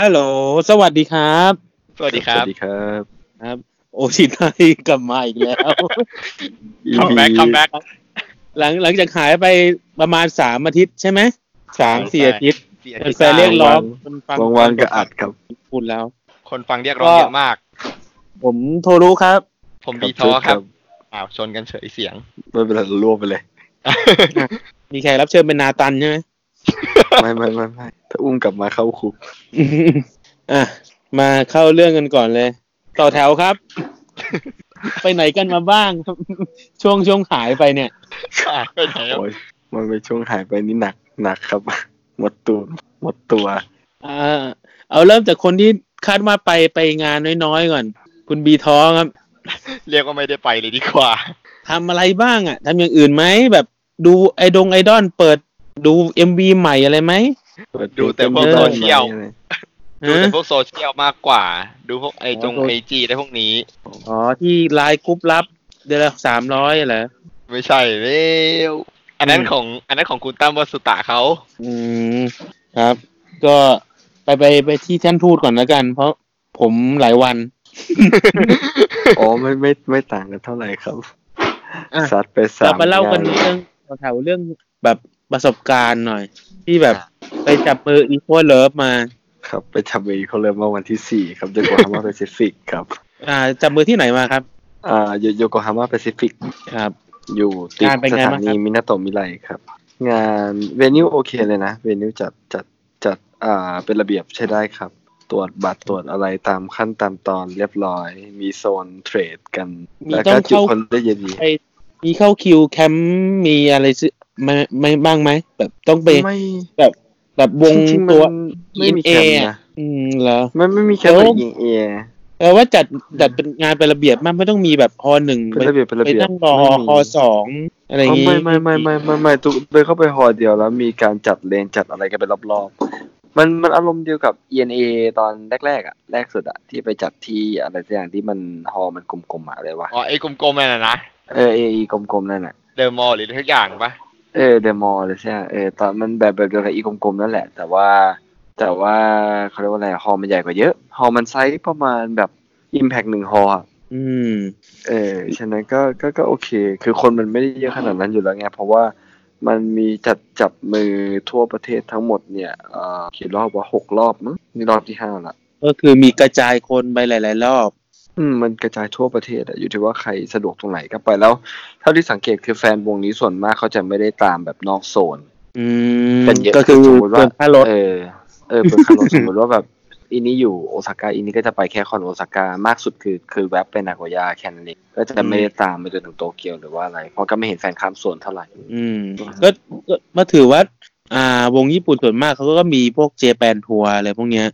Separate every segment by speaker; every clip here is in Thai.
Speaker 1: ฮัลโหล สวัสดีครับ
Speaker 2: สวัสดีครับ
Speaker 3: สวัสดีครับ
Speaker 1: โอ ชิไนกลับมาอีกแล้ว
Speaker 2: คัม
Speaker 3: EP
Speaker 2: แบ็กคัมแบ็ก
Speaker 1: หลังหลังจากหายไปประมาณสามอาทิตย์ใช่ไหมสามสี่
Speaker 2: ใช่
Speaker 1: อาทิตย์แฟนๆ
Speaker 3: ใช่
Speaker 1: เรียกร้อง
Speaker 3: ว่างๆก็อัดครับ
Speaker 1: พูดแล้ว
Speaker 2: คนฟังเรียกร้องเยอะมาก
Speaker 1: ผมโทรู้ครับ
Speaker 2: ผมบีทอครับอ้าวชนกันเฉยเสียง
Speaker 3: ไม่เป็นไรรวบไปเลย
Speaker 1: มีแขกรับเชิญเป็นนาตัน ใช่ไหม
Speaker 3: ไม่ไม่ไม่ไม่ถ้าอุ้มกลับมาเข้าคุก
Speaker 1: อ่ะ มาเข้าเรื่องกันก่อนเลย ต่อแถวครับ ไปไหนกันมาบ้าง ช่วงช่วงหายไปเนี่ย
Speaker 2: อ่ะไปไหนอ่ะ
Speaker 3: โอ้ยมันไปช่วงหายไปนี่หนักหนักครับ หมดตูนหมดตัว
Speaker 1: อ่า เอาเริ่มจากคนที่คาดว่าไปไปงานน้อยๆก่อน คุณบีท้อครับ
Speaker 2: เรียกว่าไม่ได้ไปเลยดีกว่า
Speaker 1: ทำอะไรบ้างอะทำอย่างอื่นไหมแบบดูไอดงไอดอลเปิดดูเอ็มวีใหม่อะไรไหม
Speaker 2: ดูแต่พวกโซเชียล ดูแต่
Speaker 1: ฮะ
Speaker 2: พวกโซเชียลมากกว่า ดูพวกไอจง
Speaker 1: โอ้โห
Speaker 2: ไอจีได้พวกนี้
Speaker 1: อ๋อ ที่ไลน์กรุ๊ปลับ เดือนละสามร้อยเหรอ
Speaker 2: ไม่ใช่เร็วอันนั้นของ อันนั้นของคุณตั้มวสุตะเขา
Speaker 1: อืม ครับ ก็ไปไปไปที่ท่านทูตก่อนแล้วกัน เพราะผมหลายวัน
Speaker 3: อ๋อไม่ไม่ไม่ต่างกันเท่าไหร่ครับ
Speaker 1: อ่ะ
Speaker 3: ซัดไปสาม
Speaker 1: เรามาเล่ากัน
Speaker 3: อย่ง
Speaker 1: เรื่องแถวๆเรื่องแบบประสบการณ์หน่อย ที่แบบไปจับมืออีโคเลิฟมา
Speaker 3: ครับ ไปทำเองเขาเริ่มมาวันที่สี่ครับโยโกฮาม่าแปซิฟิกครับ
Speaker 1: อ่า จับมือที่ไหนมาครับ
Speaker 3: อ่าโยโยโกฮาม่าแปซิฟิก
Speaker 1: ครับ
Speaker 3: อยู่ติด
Speaker 1: งานเป็น
Speaker 3: ส
Speaker 1: ไง
Speaker 3: ถา
Speaker 1: บ้างครับ
Speaker 3: นีมินาโตะมิไรครับ งานเวนิวโอเคเลยนะเวนิวจัดจัดจัดอ่าเป็นระเบียบใช้ได้ครับ ตรวจบัตรตรวจอะไรตามขั้นตามตอนเรียบร้อย มีโซนเทรดกัน
Speaker 1: มี
Speaker 3: แล้ว
Speaker 1: ต้อ
Speaker 3: ก็
Speaker 1: ง
Speaker 3: จุด
Speaker 1: เข้า
Speaker 3: คนได้เยอะดี
Speaker 1: ไปมีเข้าคิวแคมป์มีอะไรซื้อไม่ไม่บ้างไหมแบบต้องไป
Speaker 3: ไม่
Speaker 1: แบบวง
Speaker 3: จริๆมัน
Speaker 1: ตัว
Speaker 3: ไม่มี
Speaker 1: ENA
Speaker 3: แคมป์นะ
Speaker 1: อืมเหรอ
Speaker 3: มันไม่มีแคม
Speaker 1: เดี๋
Speaker 3: ป์
Speaker 1: ยว
Speaker 3: ยิงเอ
Speaker 1: แต่ว่าจัดจัดเป็นงานเป็นระเบียบมากไม่ต้องมีแบบฮอหนึ่ง
Speaker 3: เป็นระเบียบเป็นระ
Speaker 1: ไป
Speaker 3: เบียบ
Speaker 1: นั่งรอ
Speaker 3: ไม่มี
Speaker 1: ฮอสองอะไรอย่าง
Speaker 3: อ๋อ
Speaker 1: งี้
Speaker 3: ไม่ไม่ไม่ไม่ไม่ไม่ตุ๊ไปเข้าไปหอเดียวแล้วมีการจัดเลนจัดอะไรกันไปรอบๆมันมันอารมณ์เดียวกับ ENA ตอนแรกๆอ่ะแรกสุดอ่ะที่ไปจัดที่อะไรสักอย่างที่มันฮอมันกลมๆอะอะไรวะ
Speaker 2: อ๋อไอกลมๆนั่นนะนะ
Speaker 3: เออเอีกลมๆนั่นแหละ
Speaker 2: เดอะมอลล์หรือทุกอย่างปะ
Speaker 3: เออเดมอลเลยใช่ไหมเออตอนมันแบบแบบเดียวกับอีกลมๆนั่นแหละ แต่ว่า แต่ว่าเขาเรียกว่าอะไรฮอลล์มันใหญ่กว่าเยอะฮอลล์มันไซส์ประมาณแบบอิมแพกหนึ่งฮอลล์อะ
Speaker 1: อืม
Speaker 3: เออฉะนั้นก็ก็ก็โอเค คือคนมันไม่ได้เยอะขนาดนั้นอยู่แล้วไง เพราะว่ามันมีจัดจับมือทั่วประเทศทั้งหมดเนี่ยเอ่อกี่รอบวะหกรอบมั้งนี่รอบที่ห้าละ
Speaker 1: ก็คือมีกระจายคนไปหลาย ๆ รอบ
Speaker 3: อืมมันกระจายทั่วประเทศอะอยู่ที่ว่าใครสะดวกตรงไหนก็ไปแล้ว เท่าที่สังเกตคือแฟนวงนี้ส่วนมากเขาจะไม่ได้ตามแบบนอกโซน
Speaker 1: อืม
Speaker 3: เป็นเยอะ
Speaker 1: ก็คือ
Speaker 3: สมมุติว่า
Speaker 1: เกินค่ารถ
Speaker 3: เออ เออเป็นคำ นองสมมติว่าแบบอีนี้อยู่โอซาก้าอีนี้ก็จะไปแค่คอนโอซาก้ามากสุดคือคือแวบไปนาโกย่าแค่นั้นเองก็จะไม่ได้ตามไปจนถึงโตเกียวหรือว่าอะไร เพราะก็ไม่เห็นแฟนข้ามส่วนเท่าไหร่
Speaker 1: อืมก็ก็มาถือว่า อ่าวงญี่ปุ่นส่วนมากเขาก็มีพวกเจแปนทัวร์อะไรพวกเนี้ย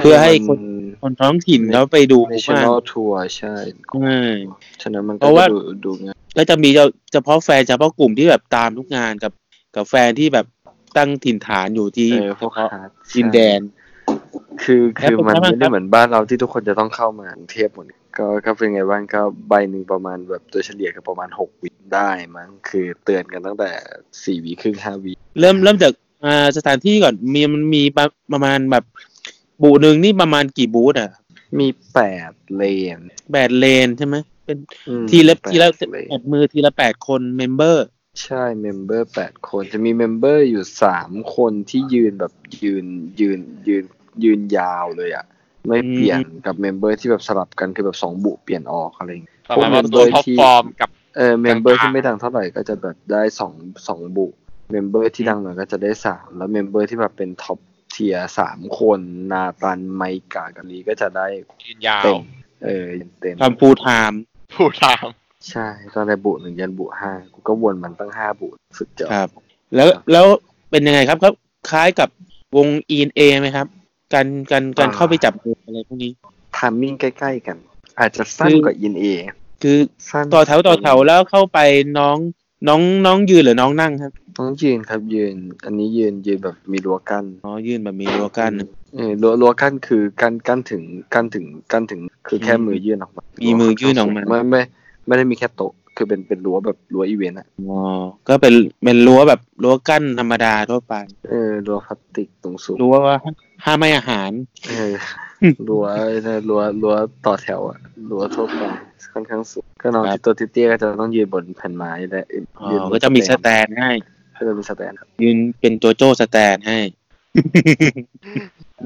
Speaker 1: เพื่อให้คน คนท้องถิ่นเขาไปดู
Speaker 3: ในช
Speaker 1: มาก
Speaker 3: n อ l ทัวร์ใช่
Speaker 1: ใช่
Speaker 3: ฉะนั้นมัน
Speaker 1: เพ
Speaker 3: ก็
Speaker 1: ราะว่า
Speaker 3: จะดูดูง่าย
Speaker 1: ก็จะมีเฉพาะแฟนเฉพาะกลุ่มที่แบบตามทุกงานกับกับแฟนที่แบบตั้งถิ่นฐานอยู่ที่
Speaker 3: เออพวกฮาร์ด
Speaker 1: ดินแดน
Speaker 3: คือคื
Speaker 1: แล้
Speaker 3: อ
Speaker 1: วพวก
Speaker 3: มัน
Speaker 1: นั้น
Speaker 3: ไม่
Speaker 1: ครั
Speaker 3: ได้
Speaker 1: บ
Speaker 3: เหมือนบ้านเราที่ทุกคนจะต้องเข้ามากรุงเทพหมดก็ก็เป็นไงบ้างก็ใบหนึ่งประมาณแบบโดยเฉลี่ยก็ประมาณหกวิได้มั้งคือเตือนกันตั้งแต่สี่วิครึ่งห้าวิ
Speaker 1: เริ่มเริ่มจากอ่าสถานที่ก่อนมีมันมีประประมาณแบบ บูธหนึ่งนี่ประมาณกี่บูธอ่ะ
Speaker 3: มีแปดเลน
Speaker 1: แปดเลนใช่ไหมเป็น
Speaker 3: อืม
Speaker 1: ทีละ
Speaker 3: แปด
Speaker 1: ทีละ
Speaker 3: เลน
Speaker 1: แปดมือทีละแปดคนเมมเบอร์
Speaker 3: ใช่เมมเบอร์แปดคนจะมีเมมเบอร์อยู่สามคนที่ยืนแบบยืนยืนยืนยืนยาวเลยอะไม่
Speaker 1: อืม
Speaker 3: เปลี่ยนกับเมมเบอร์ที่แบบสลับกันคือแบบสองบุเปลี่ยนออกอะไรอย่างเงี้ย
Speaker 2: ประมาณว่า
Speaker 3: ผมเห็น
Speaker 2: ตัว
Speaker 3: โดย
Speaker 2: ท็อป
Speaker 3: ที่
Speaker 2: ฟอร์มกับ
Speaker 3: เออเมมเบอร์
Speaker 2: กลางๆ
Speaker 3: ที่ไม่ดังเท่าไหร่ก็จะแบบได้สองสองบุเมมเบอร์ที่ดังหน่อยก็จะได้สามแล้วเมมเบอร์ที่แบบเป็นท็อปเทียสามคนนาตันไมกากันนี้ก็จะได้
Speaker 2: ยืนยาว
Speaker 3: เต็มเออเต็ม
Speaker 1: ทำฟูลไทม์
Speaker 2: ผู้ตาม
Speaker 3: ใช่ตั้งแต่บุหนึ่งยันบุห้ากูก็วนมันตั้งห้าบุสุดยอด
Speaker 1: ครับ แล้วแล้วเป็นยังไงครับครับ คล้ายกับวง e n a ไหมครับ การการการเข้าไปจับมืออะไรพวกนี้
Speaker 3: ไทามมิ่งใกล้ๆกัน อาจจะสั้น
Speaker 1: คือ
Speaker 3: กว่าอินเอ
Speaker 1: คือ
Speaker 3: สั้น
Speaker 1: ต่อแถวต่อแถวแล้วเข้าไปน้องน้องน้องยืนหรือน้องนั่งครับ
Speaker 3: ต้องยืนครับยืน อันนี้ยืนยืนแบบมีรั้วกั้น
Speaker 1: อ๋อยืนแบบมีรั้วกั้น
Speaker 3: เออรั้วรั้วกั้นคือกั้นกั้นถึงกั้นถึงกั้นถึง คือแค่
Speaker 1: อืม
Speaker 3: มือยื่นออกมา
Speaker 1: มี
Speaker 3: มี
Speaker 1: มือยื่นออกมา
Speaker 3: ไม่ไม่ไม่ได้มีแค่โต๊ะ คือเป็นเป็นรั้วแบบรั้วอีเวนต์อะ
Speaker 1: อ๋อก็เป็นเป็นรั้วแบบรั้วกั้นธรรมดาทั่วไป
Speaker 3: เออรั้วพลาสติกตรงสูง
Speaker 1: รั้วว่าห้ามให้อาหาร
Speaker 3: เอ อรั้วรั้วรั้วต่อแถวอะรั้วทั่วไปค่อนข้างสูงก็น้อง
Speaker 1: ครับ
Speaker 3: ที่ตัวเตี้ยๆก็จะต้องยืนบนแผ่นไม้และ
Speaker 1: อ๋อ
Speaker 3: ยืนบน
Speaker 1: ก็จะมีส
Speaker 3: แต
Speaker 1: แตนให้
Speaker 3: นก็จะมีสแตนครับ
Speaker 1: ยืนเป็นโจโจ้สแตนให้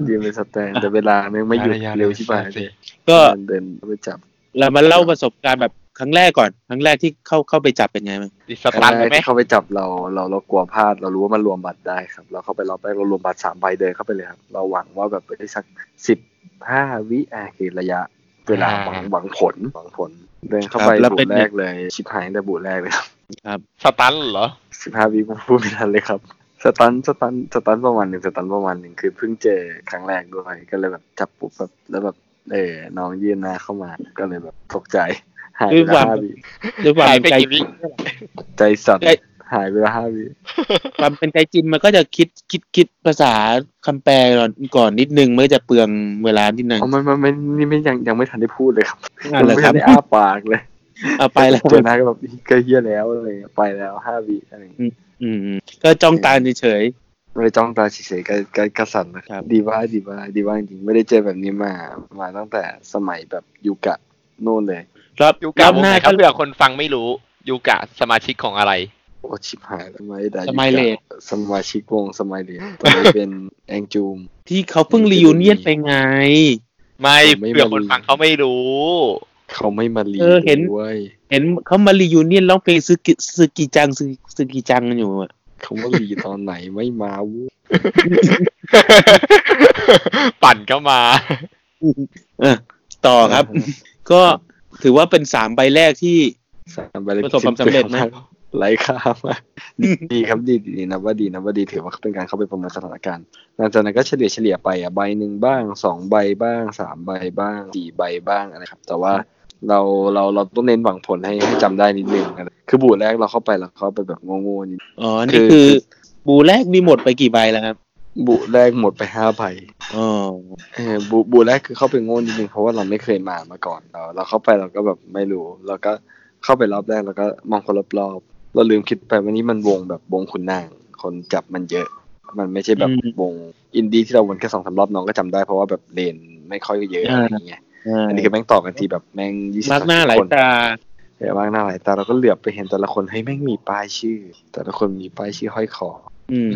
Speaker 3: ยืนเป็นสแตนแต่เวลาแม่งไม่หยุด
Speaker 2: ยาๆ
Speaker 3: เร็วชิบหาย
Speaker 2: สิ
Speaker 3: เลย
Speaker 1: ก็
Speaker 3: เดินไปจับ
Speaker 1: เรามาเล่าประสบการณ์แบบครั้งแรกก่อน ครั้งแรกที่เข้าเข้าไปจับเป็นไงมั้าง
Speaker 2: ดิสตันไหม
Speaker 3: ที่เขาไปจับเราเราเรากลัวพลาดเรารู้ว่ามันรวมบัตรได้ครับเราเข้าไปรอบแรกเรารวมบัตรสามใบเดินเข้าไปเลยครับ เราหวังว่าแบบได้สักสิบห้าวิอ่ะคือระยะ เวลาหวัง
Speaker 2: อ่า
Speaker 3: หวังผลหวังผลเดินเข้าไปบูทแรกเลยชิบหายแต่บูทแรกเลยครับ
Speaker 1: ครับ
Speaker 2: สตันเหรอ
Speaker 3: สิบห้าวิผมพูดไม่ทันเลยครับสตันสตันสตันประมาณหนึ่งสตันประมาณหนึ่งคือเพิ่งเจอครั้งแรกด้วยก็เลยแบบจับปุ๊บแบบแล้วแบบเออน้องยื่นหน้าเข้ามาก็เลยแบบตกใจหาย
Speaker 1: ด้วย
Speaker 3: ไป
Speaker 1: ความ
Speaker 3: ห้าวิ
Speaker 1: ด้วยความ
Speaker 2: หายไป
Speaker 1: ใจ
Speaker 2: กี่วิ
Speaker 3: ใจสั่น
Speaker 1: ใจ
Speaker 3: หายไปละห้าวิ
Speaker 1: ความเป็นใจจินมันก็จะคิดคิดคิดภาษาคำแปลก่อนก่อนนิดนึงมันก็จะเปลืองเวลานิดนึง
Speaker 3: อ๋อมันมันมันนี่ไม่ยังยังไม่ทันได้พูดเลยครับ
Speaker 1: อ่า
Speaker 3: ยัง
Speaker 1: เลย
Speaker 3: ไม่
Speaker 1: ครับ
Speaker 3: ทันได้อ้าปากเลย
Speaker 1: เอาไปแล้ว
Speaker 3: เจอหน้าก็แบบเกยเฮียแล้วอะไรอย่างเงี้ยไปแล้วห้าวิอะไรอย่างเงี้ย
Speaker 1: อืมอืมก็จ้องตาเฉย
Speaker 3: ไม่ได้จ้องตาเฉยๆก็ก็กระสันนะค
Speaker 1: ครั
Speaker 3: รับ
Speaker 1: บ
Speaker 3: ดีว่าดีว่าดีว่าจริงๆไม่ได้เจอแบบนี้มา มาตั้งแต่สมัยแบบยูกะโน่นเลย
Speaker 1: ๆรอบ
Speaker 2: ยู
Speaker 1: ร
Speaker 2: กะ
Speaker 1: อบ
Speaker 2: ว
Speaker 1: ห
Speaker 2: งไห
Speaker 1: น้าน
Speaker 2: ค
Speaker 1: ก็
Speaker 2: รับเผื่อคนฟังไม่รู้ยูกะสมาชิกของอะไร
Speaker 3: โอ้ชิบหายสมัยใด
Speaker 1: สมัยเลด
Speaker 3: สมาชิกวงสมัยเลดตอนนี้ เป็นแองจูม
Speaker 1: ที่เขาเพิ่งรีวิวเนียนไปไง
Speaker 2: ไม่
Speaker 3: ผมไม่
Speaker 2: เผื่อคนฟังเขาไม่รู้
Speaker 3: เขาไม่มาลี
Speaker 1: เออเห็น
Speaker 3: ว้ย
Speaker 1: เห็นเขามารีวิวเนียนร้องเพลงซึกิซึกิจังซึซึกิจังกันอยู่อะ
Speaker 3: เขามาลีตอนไหนไม่มาเว้ย
Speaker 2: ปั่นก็มา
Speaker 1: เออต่อครับ ก็ถือว่าเป็นสามใบแรกที่
Speaker 3: สามใบเลย
Speaker 1: ประสบความสำเร็จไหม
Speaker 3: ไร้ค่ามาก ดีครับดีดีนะว่าดีนะว่าดีถือว่าเป็นการเข้าไปประเมินสถานการณ์หลังจากนั้นก็เฉลี่ยเฉลี่ยไปอ่ะใบหนึ่งบ้างสองใบบ้างสามใบบ้างสี่ใบบ้างอะไรครับ แต่ว่าเราเราเราต้องเน้นหวังผลให้ให้จำได้นิดนึงนะคือบูทแรกเราเข้าไปเราเข้าไปแบบโง่ๆนิด
Speaker 1: อ๋อ นี่คือบูแรกนี่หมดไปกี่ใบแล้วครับ
Speaker 3: บูทแรกหมดไปห้าใบ
Speaker 1: อ๋อ
Speaker 3: เออบูบูทแรกคือเข้าไปโง่นิดนึงเพราะว่าเราไม่เคยมามาก่อนเราเราเข้าไปเราก็แบบไม่รู้เราก็เข้าไปรอบแรกเราก็มองคนรอบๆเราลืมคิดไปวันนี้มันวงแบบวงขุนนาง คนจับมันเยอะ มันไม่ใช่แบบวงอินดี้ที่เราวนแค่สองสามรอบน้องก็จำได้เพราะว่าแบบเลนไม่ค่อยเยอะอะไรอย่างเงี้ย
Speaker 1: อ่า
Speaker 3: อันนี้คือแม่งต่อกันทีแบบแม่งยี่สิบ
Speaker 1: มากหน้าหลายตา
Speaker 3: เออมากหน้าหลายตาเราก็เหลือบไปเห็นแต่ละคนเฮ้ยแม่งมีป้ายชื่อ แต่ละคนมีป้ายชื่อห้อยคอ
Speaker 1: อืม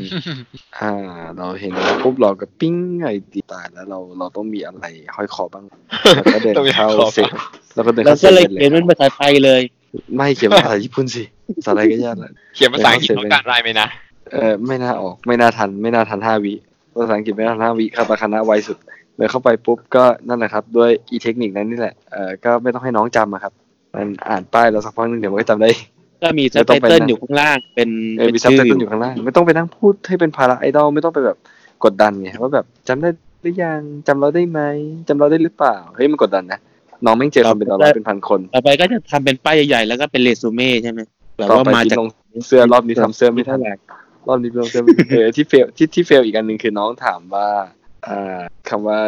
Speaker 3: อ่า เราเห็นแล้วปุ๊บเราก็ปิ้งไอตีตายแล้วเราเราต้องมีอะไรห้อยคอบ้างเราก็เดิน
Speaker 2: ต้องมีห้
Speaker 3: เข้า
Speaker 2: อยคอบ้าง
Speaker 3: เซ็ตเราก็เดิน
Speaker 1: เรา
Speaker 3: เข้าเซ็
Speaker 1: ก็
Speaker 3: ต
Speaker 1: เลย
Speaker 3: เล
Speaker 1: เขียน
Speaker 3: ย
Speaker 1: เป็นภาษาไทยเลย
Speaker 3: ไม่เขียนภาษาญี่ปุ่นสิภาษาอะไรก็ยากแล้ว
Speaker 2: เขียนภาษาอังกฤษเขาการได้ไหมนะ
Speaker 3: เออไม่น่าออกไม่น่าทัน ไม่น่าทันห้าวิภาษาอังกฤษไม่น่าทันห้าวิคาตาคานะไวสุดเลยเข้าไปปุ๊บก็นั่นแหละครับ ด้วยอีเทคนิคนั้นนี่แหละเออก็ไม่ต้องให้น้องจำอะครับ มันอ่านป้ายเราสักพักหนึ่งเดี๋ยวมันก็จำได้
Speaker 1: ก็มีซั
Speaker 3: ไม่
Speaker 1: บไต
Speaker 3: ต้องไป
Speaker 1: เติล
Speaker 3: นะ
Speaker 1: อยู่ข้างล่าง เป็น
Speaker 3: เออ
Speaker 1: เป็น
Speaker 3: มีซับ
Speaker 1: ชื่
Speaker 3: ไต
Speaker 1: ออ
Speaker 3: เติลอยู่ ยู่ข้างล่างไม่ต้องไปนั่งพูดให้เป็นภาระไอดอลไม่ต้องไปแบบกดดันไงว่าแบบจำได้หรือยังจำเราได้ไหมจำเราได้หรือเปล่าเฮ้ยมันกดดันนะน้องแม่งเจอคนเป็นร้อยๆเป็นพันคน
Speaker 1: ต่อไปก็จะทำเป็นป้ายใหญ่ๆ แล้วก็เป็นเรซูเม่ใช่ไหมแบบ
Speaker 3: ต่อ
Speaker 1: ว่า
Speaker 3: ไป
Speaker 1: มา
Speaker 3: ที่
Speaker 1: จาก
Speaker 3: ลงเสื้อรอบนี้ทำเสื้อไม่ทัน
Speaker 1: เท่าไหร่
Speaker 3: รอบนี้เป็นเรื่อง เออที่เฟลที่ที่เฟลอีกอันหนึ่งคือน้องถามว่าอ่าคำว่า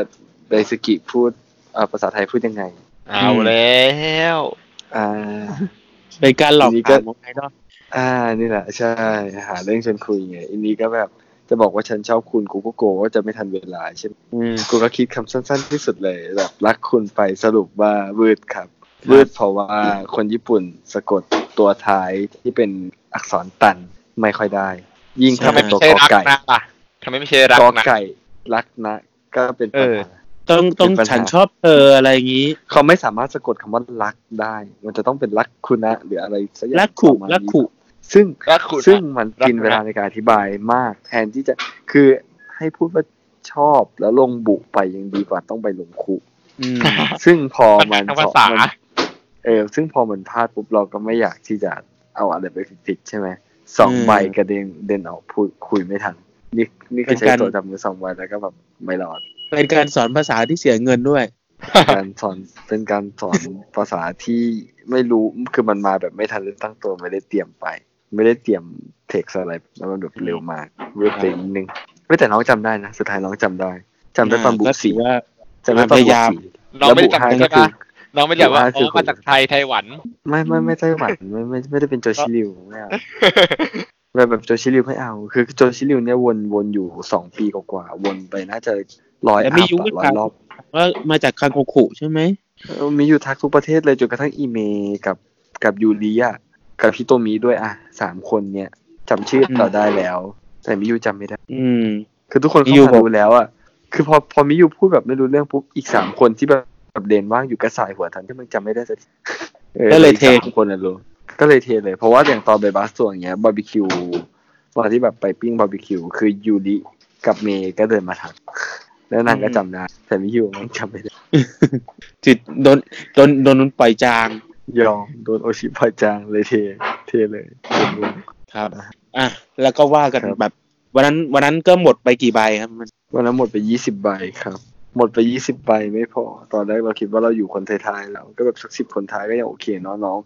Speaker 3: ไดสกิพูดอ่าภาษาไทยพูดยังไง
Speaker 2: เอาแล้ว
Speaker 3: อ่า
Speaker 1: เป็นการหลอก
Speaker 3: ทีนี้ก็
Speaker 1: ถามของไอดอล
Speaker 3: อ่านี่แหละใช่หาเรื่องชวนคุยไงอันนี้ก็แบบจะบอกว่าฉันชอบคุณกูก็โกลัวว่าจะไม่ทันเวลาใช่ไหม
Speaker 1: อืม
Speaker 3: กูก็คิดคำสั้น ๆ ที่สุดเลยแบบรักคุณไปสรุปว่าวืดครับวืดเพราะว่าคนญี่ปุ่นสะกดตัวท้ายที่เป็นอักษรตันไม่ค่อยได้ ยิ่ง
Speaker 1: ทำ
Speaker 3: ถ้า
Speaker 1: ไม
Speaker 3: เป็น
Speaker 2: ไม่
Speaker 3: ตัว
Speaker 2: ใช่
Speaker 3: กอ
Speaker 2: รัก
Speaker 3: ไก่
Speaker 2: นะล่ะทำไมไม่ใช่รัก
Speaker 3: กอ
Speaker 2: นะ
Speaker 3: ไก่รักนะก็เป็นปัญหา
Speaker 1: ต้องต้อง
Speaker 3: เป็นปัญหา
Speaker 1: ฉันชอบเธออะไรอย่างนี้
Speaker 3: เขาไม่สามารถสะกดคำว่ารักได้ มันจะต้องเป็นรักคุณะหรืออะไรสักอย่าง
Speaker 1: รักขุ
Speaker 3: ประมาณนี้
Speaker 1: รักขุ
Speaker 3: ซึ่ง
Speaker 2: รักขุนะ
Speaker 3: ซึ่งมันกิน
Speaker 2: รักขุนะ
Speaker 3: เวลาในการอธิบายมาก แทนที่จะคือให้พูดว่าชอบแล้วลงบุไปยังดีกว่าต้องไปลงคุ
Speaker 1: อื ม
Speaker 3: ซึ่งพอมัน
Speaker 2: ปัญหาทางภาษา
Speaker 3: มันเออซึ่งพอมันพลาดปุ๊บเราก็ไม่อยากที่จะเอาอะไรไปติดใช่ไหมสอง
Speaker 1: อืม
Speaker 3: ใบกระเด็นเด่นออกพูดคุยไม่ทันนี่นี่ก็
Speaker 1: เป็น
Speaker 3: ใช้
Speaker 1: การ
Speaker 3: ตัวจับมือสองใบแล้วก็แบบไม่รอด
Speaker 1: เป็นการสอนภาษาที่เสียเงินด้วย
Speaker 3: การสอนเป็นการสอนภาษาที่ไม่รู้คือมันมาแบบไม่ทันได้ตั้งตัวไม่ได้เตรียมไป ไม่ได้เตรียมเทคอะไรแล้วมันแบบเร็วมากเร็วไปนิดนึงไม่แต่น้องจำได้นะสุดท้ายน้องจำได้จำได้ตอนบุก
Speaker 1: ก็ถื
Speaker 3: สี
Speaker 1: อว่า
Speaker 3: จำได้ตอน
Speaker 1: พ
Speaker 3: บุก
Speaker 1: ยายาม
Speaker 3: สี
Speaker 2: น้องไม่ได้จำใช่ไหม
Speaker 3: แล้วบุกห้าก็คือ
Speaker 2: น้องไม่เรียกว่า
Speaker 3: อยู่
Speaker 2: อ๋อ
Speaker 3: ห้าสิบ
Speaker 2: มาจาก
Speaker 3: คน
Speaker 2: ไทยไต้หวัน
Speaker 3: ไม่ไม่ไม่ไต้หวันไม่ไม่ไม่ได้เป็นโจ ชิริวไม่เอาแบบแบบโจชิริวไม่เอา คือโจชิริวเนี่ยวนวนอยู่สองปีกว่าๆวนไปน่าจะร้อย
Speaker 1: แต่
Speaker 3: อัพ
Speaker 1: มี
Speaker 3: อะ
Speaker 1: ยุ้ง
Speaker 3: ร้อ
Speaker 1: ครั
Speaker 3: ย
Speaker 1: บ
Speaker 3: รอบ
Speaker 1: ว่ามาจากคังโคคุใช่ไหม
Speaker 3: เออมีอยู่ทักทุกประเทศเลยจนกระทั่งอีเมกับกับยูริอะกับฮิโตมิด้วยอะสามคนเนี่ยจำชื่อเราได้แล้ว แต่มิยูจำไม่ได้
Speaker 1: อืม
Speaker 3: คือทุกคนเข้า
Speaker 1: มิยู
Speaker 3: มา
Speaker 1: บอก
Speaker 3: ดูแล้วอ่ะ คือพอพอมิยูพูดแบบไม่รู้เรื่องปุ๊บ อีกสามคนที่แบบแบบเดนว่างอยู่กระสายหัวทันที่มันจำไม่ได้สักทีออ
Speaker 1: ก็เลยเท
Speaker 3: อีกสามคนน่ะรู้ ก็เลยเทเลย เพราะว่าอย่างตอนไปบาสส่วนเงี้ยบาร์บีคิวตอนที่แบบไปปิ้งบาร์บีคิว คือยูริกับเมย์ก็เดินมาทัก แล้วนางก็จำได้แต่มิยูมันจำไม่ได้
Speaker 1: จิตโดนโดนโดนมันปล่อยจาง
Speaker 3: ยอมโดนโอชิพายจางเลยเท เทเลยเทเลย
Speaker 1: ครับอ่ะแล้วก็ว่ากัน
Speaker 3: ครับ
Speaker 1: แบบ วันนั้นวันนั้นก็หมดไปกี่ใบครับมัน
Speaker 3: วันนั้นหมดไปยี่สิบใบครับ หมดไปยี่สิบใบไม่พอ ตอนแรกเราคิดว่าเราอยู่คนท้ายๆแล้ว ก็แบบสักสิบคนท้ายก็ยังโอเคเนาะน้อง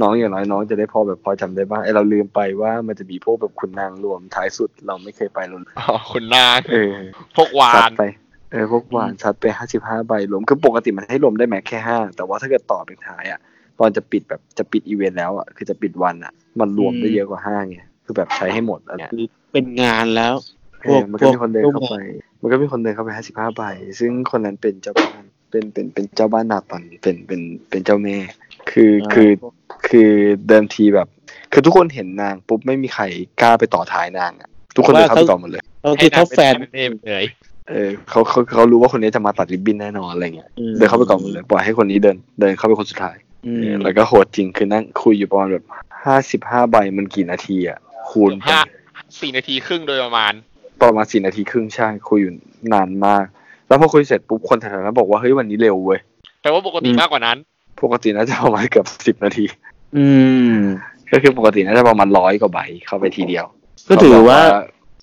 Speaker 3: น้องอย่างน้อยน้องจะได้พอแบบพอจำได้บ้างไอเราลืมไปว่ามันจะมีพวกแบบคุณนางรวมท้ายสุดเราไม่เคยไปเลย
Speaker 2: อ๋อคุณนาง
Speaker 3: เออ
Speaker 2: พวกวา
Speaker 3: ซัด
Speaker 2: น
Speaker 3: ไป เออพวกหวานซัดไปห้าสิบห้าใบรวมคือปกติมันให้รวมได้แม็กแค่ห้าแต่ว่าถ้าเกิดต่อเป็นท้ายอ่ะ ตอนจะปิดแบบจะปิดอีเวนต์แล้วอ่ะคือจะปิดวันอ่ะ มันรวมได้เยอะกว่าห้าไงคือแบบใช้ให้หมดอะไรเงี้ย
Speaker 1: เป็นงานแล้ว
Speaker 3: เออมันก็มีคนเดินเข้าไป มันก็มีคนเดินเข้าไปห้าสิบห้าใบ ซึ่งคนนั้นเป็นเจ้าบ้าน เป็น เป็น เป็นเจ้าบ้านนาปันเป็นเป็น เป็นเจ้าแม่ คือ คือ คือเดิมทีแบบ คือทุกคนเห็นนางปุ๊บไม่มีใครกล้าไปต่อท้ายนางอะทุกคนเดินเข้าไปต่อหมดเลย
Speaker 1: เราคือท็อปแฟน
Speaker 2: ให้างเป็เทพเลย
Speaker 3: เออเขาเขาเขารู้ว่าคนนี้จะมาตัดริบบิ้นแน่นอนอะไรเงี้ย เดินเข้าไปก่อนหมดเลย ปล่อยให้คนนี้เดิน เดินเข้าไปคนสุดท้าย
Speaker 1: อืม
Speaker 3: เออแล้วก็โหดจริง คือนั่งคุยอยู่ประมาณแบบห้าสิบห้าใบมันกี่นาทีอะคูณ
Speaker 2: เกือบ
Speaker 3: กั
Speaker 2: ห้าน สี่นาทีครึ่งโดยประมาณ
Speaker 3: ประมาณสี่นาทีครึ่งใช่คุยอยู่นานมาก แล้วพอคุยเสร็จปุ๊บคนแถวๆนั้นบอกว่าเฮ้ยวันนี้เร็วเว้ย
Speaker 2: แต่ว่าปกติมากกว่านั้น
Speaker 3: ปกติน่าจะประมาณเกือบสิบนาที
Speaker 1: อืม
Speaker 3: ก็คือปกติน่าจะประมาณร้อยกว่าใบเข้าไปทีเดียว
Speaker 1: ก็ถือว่า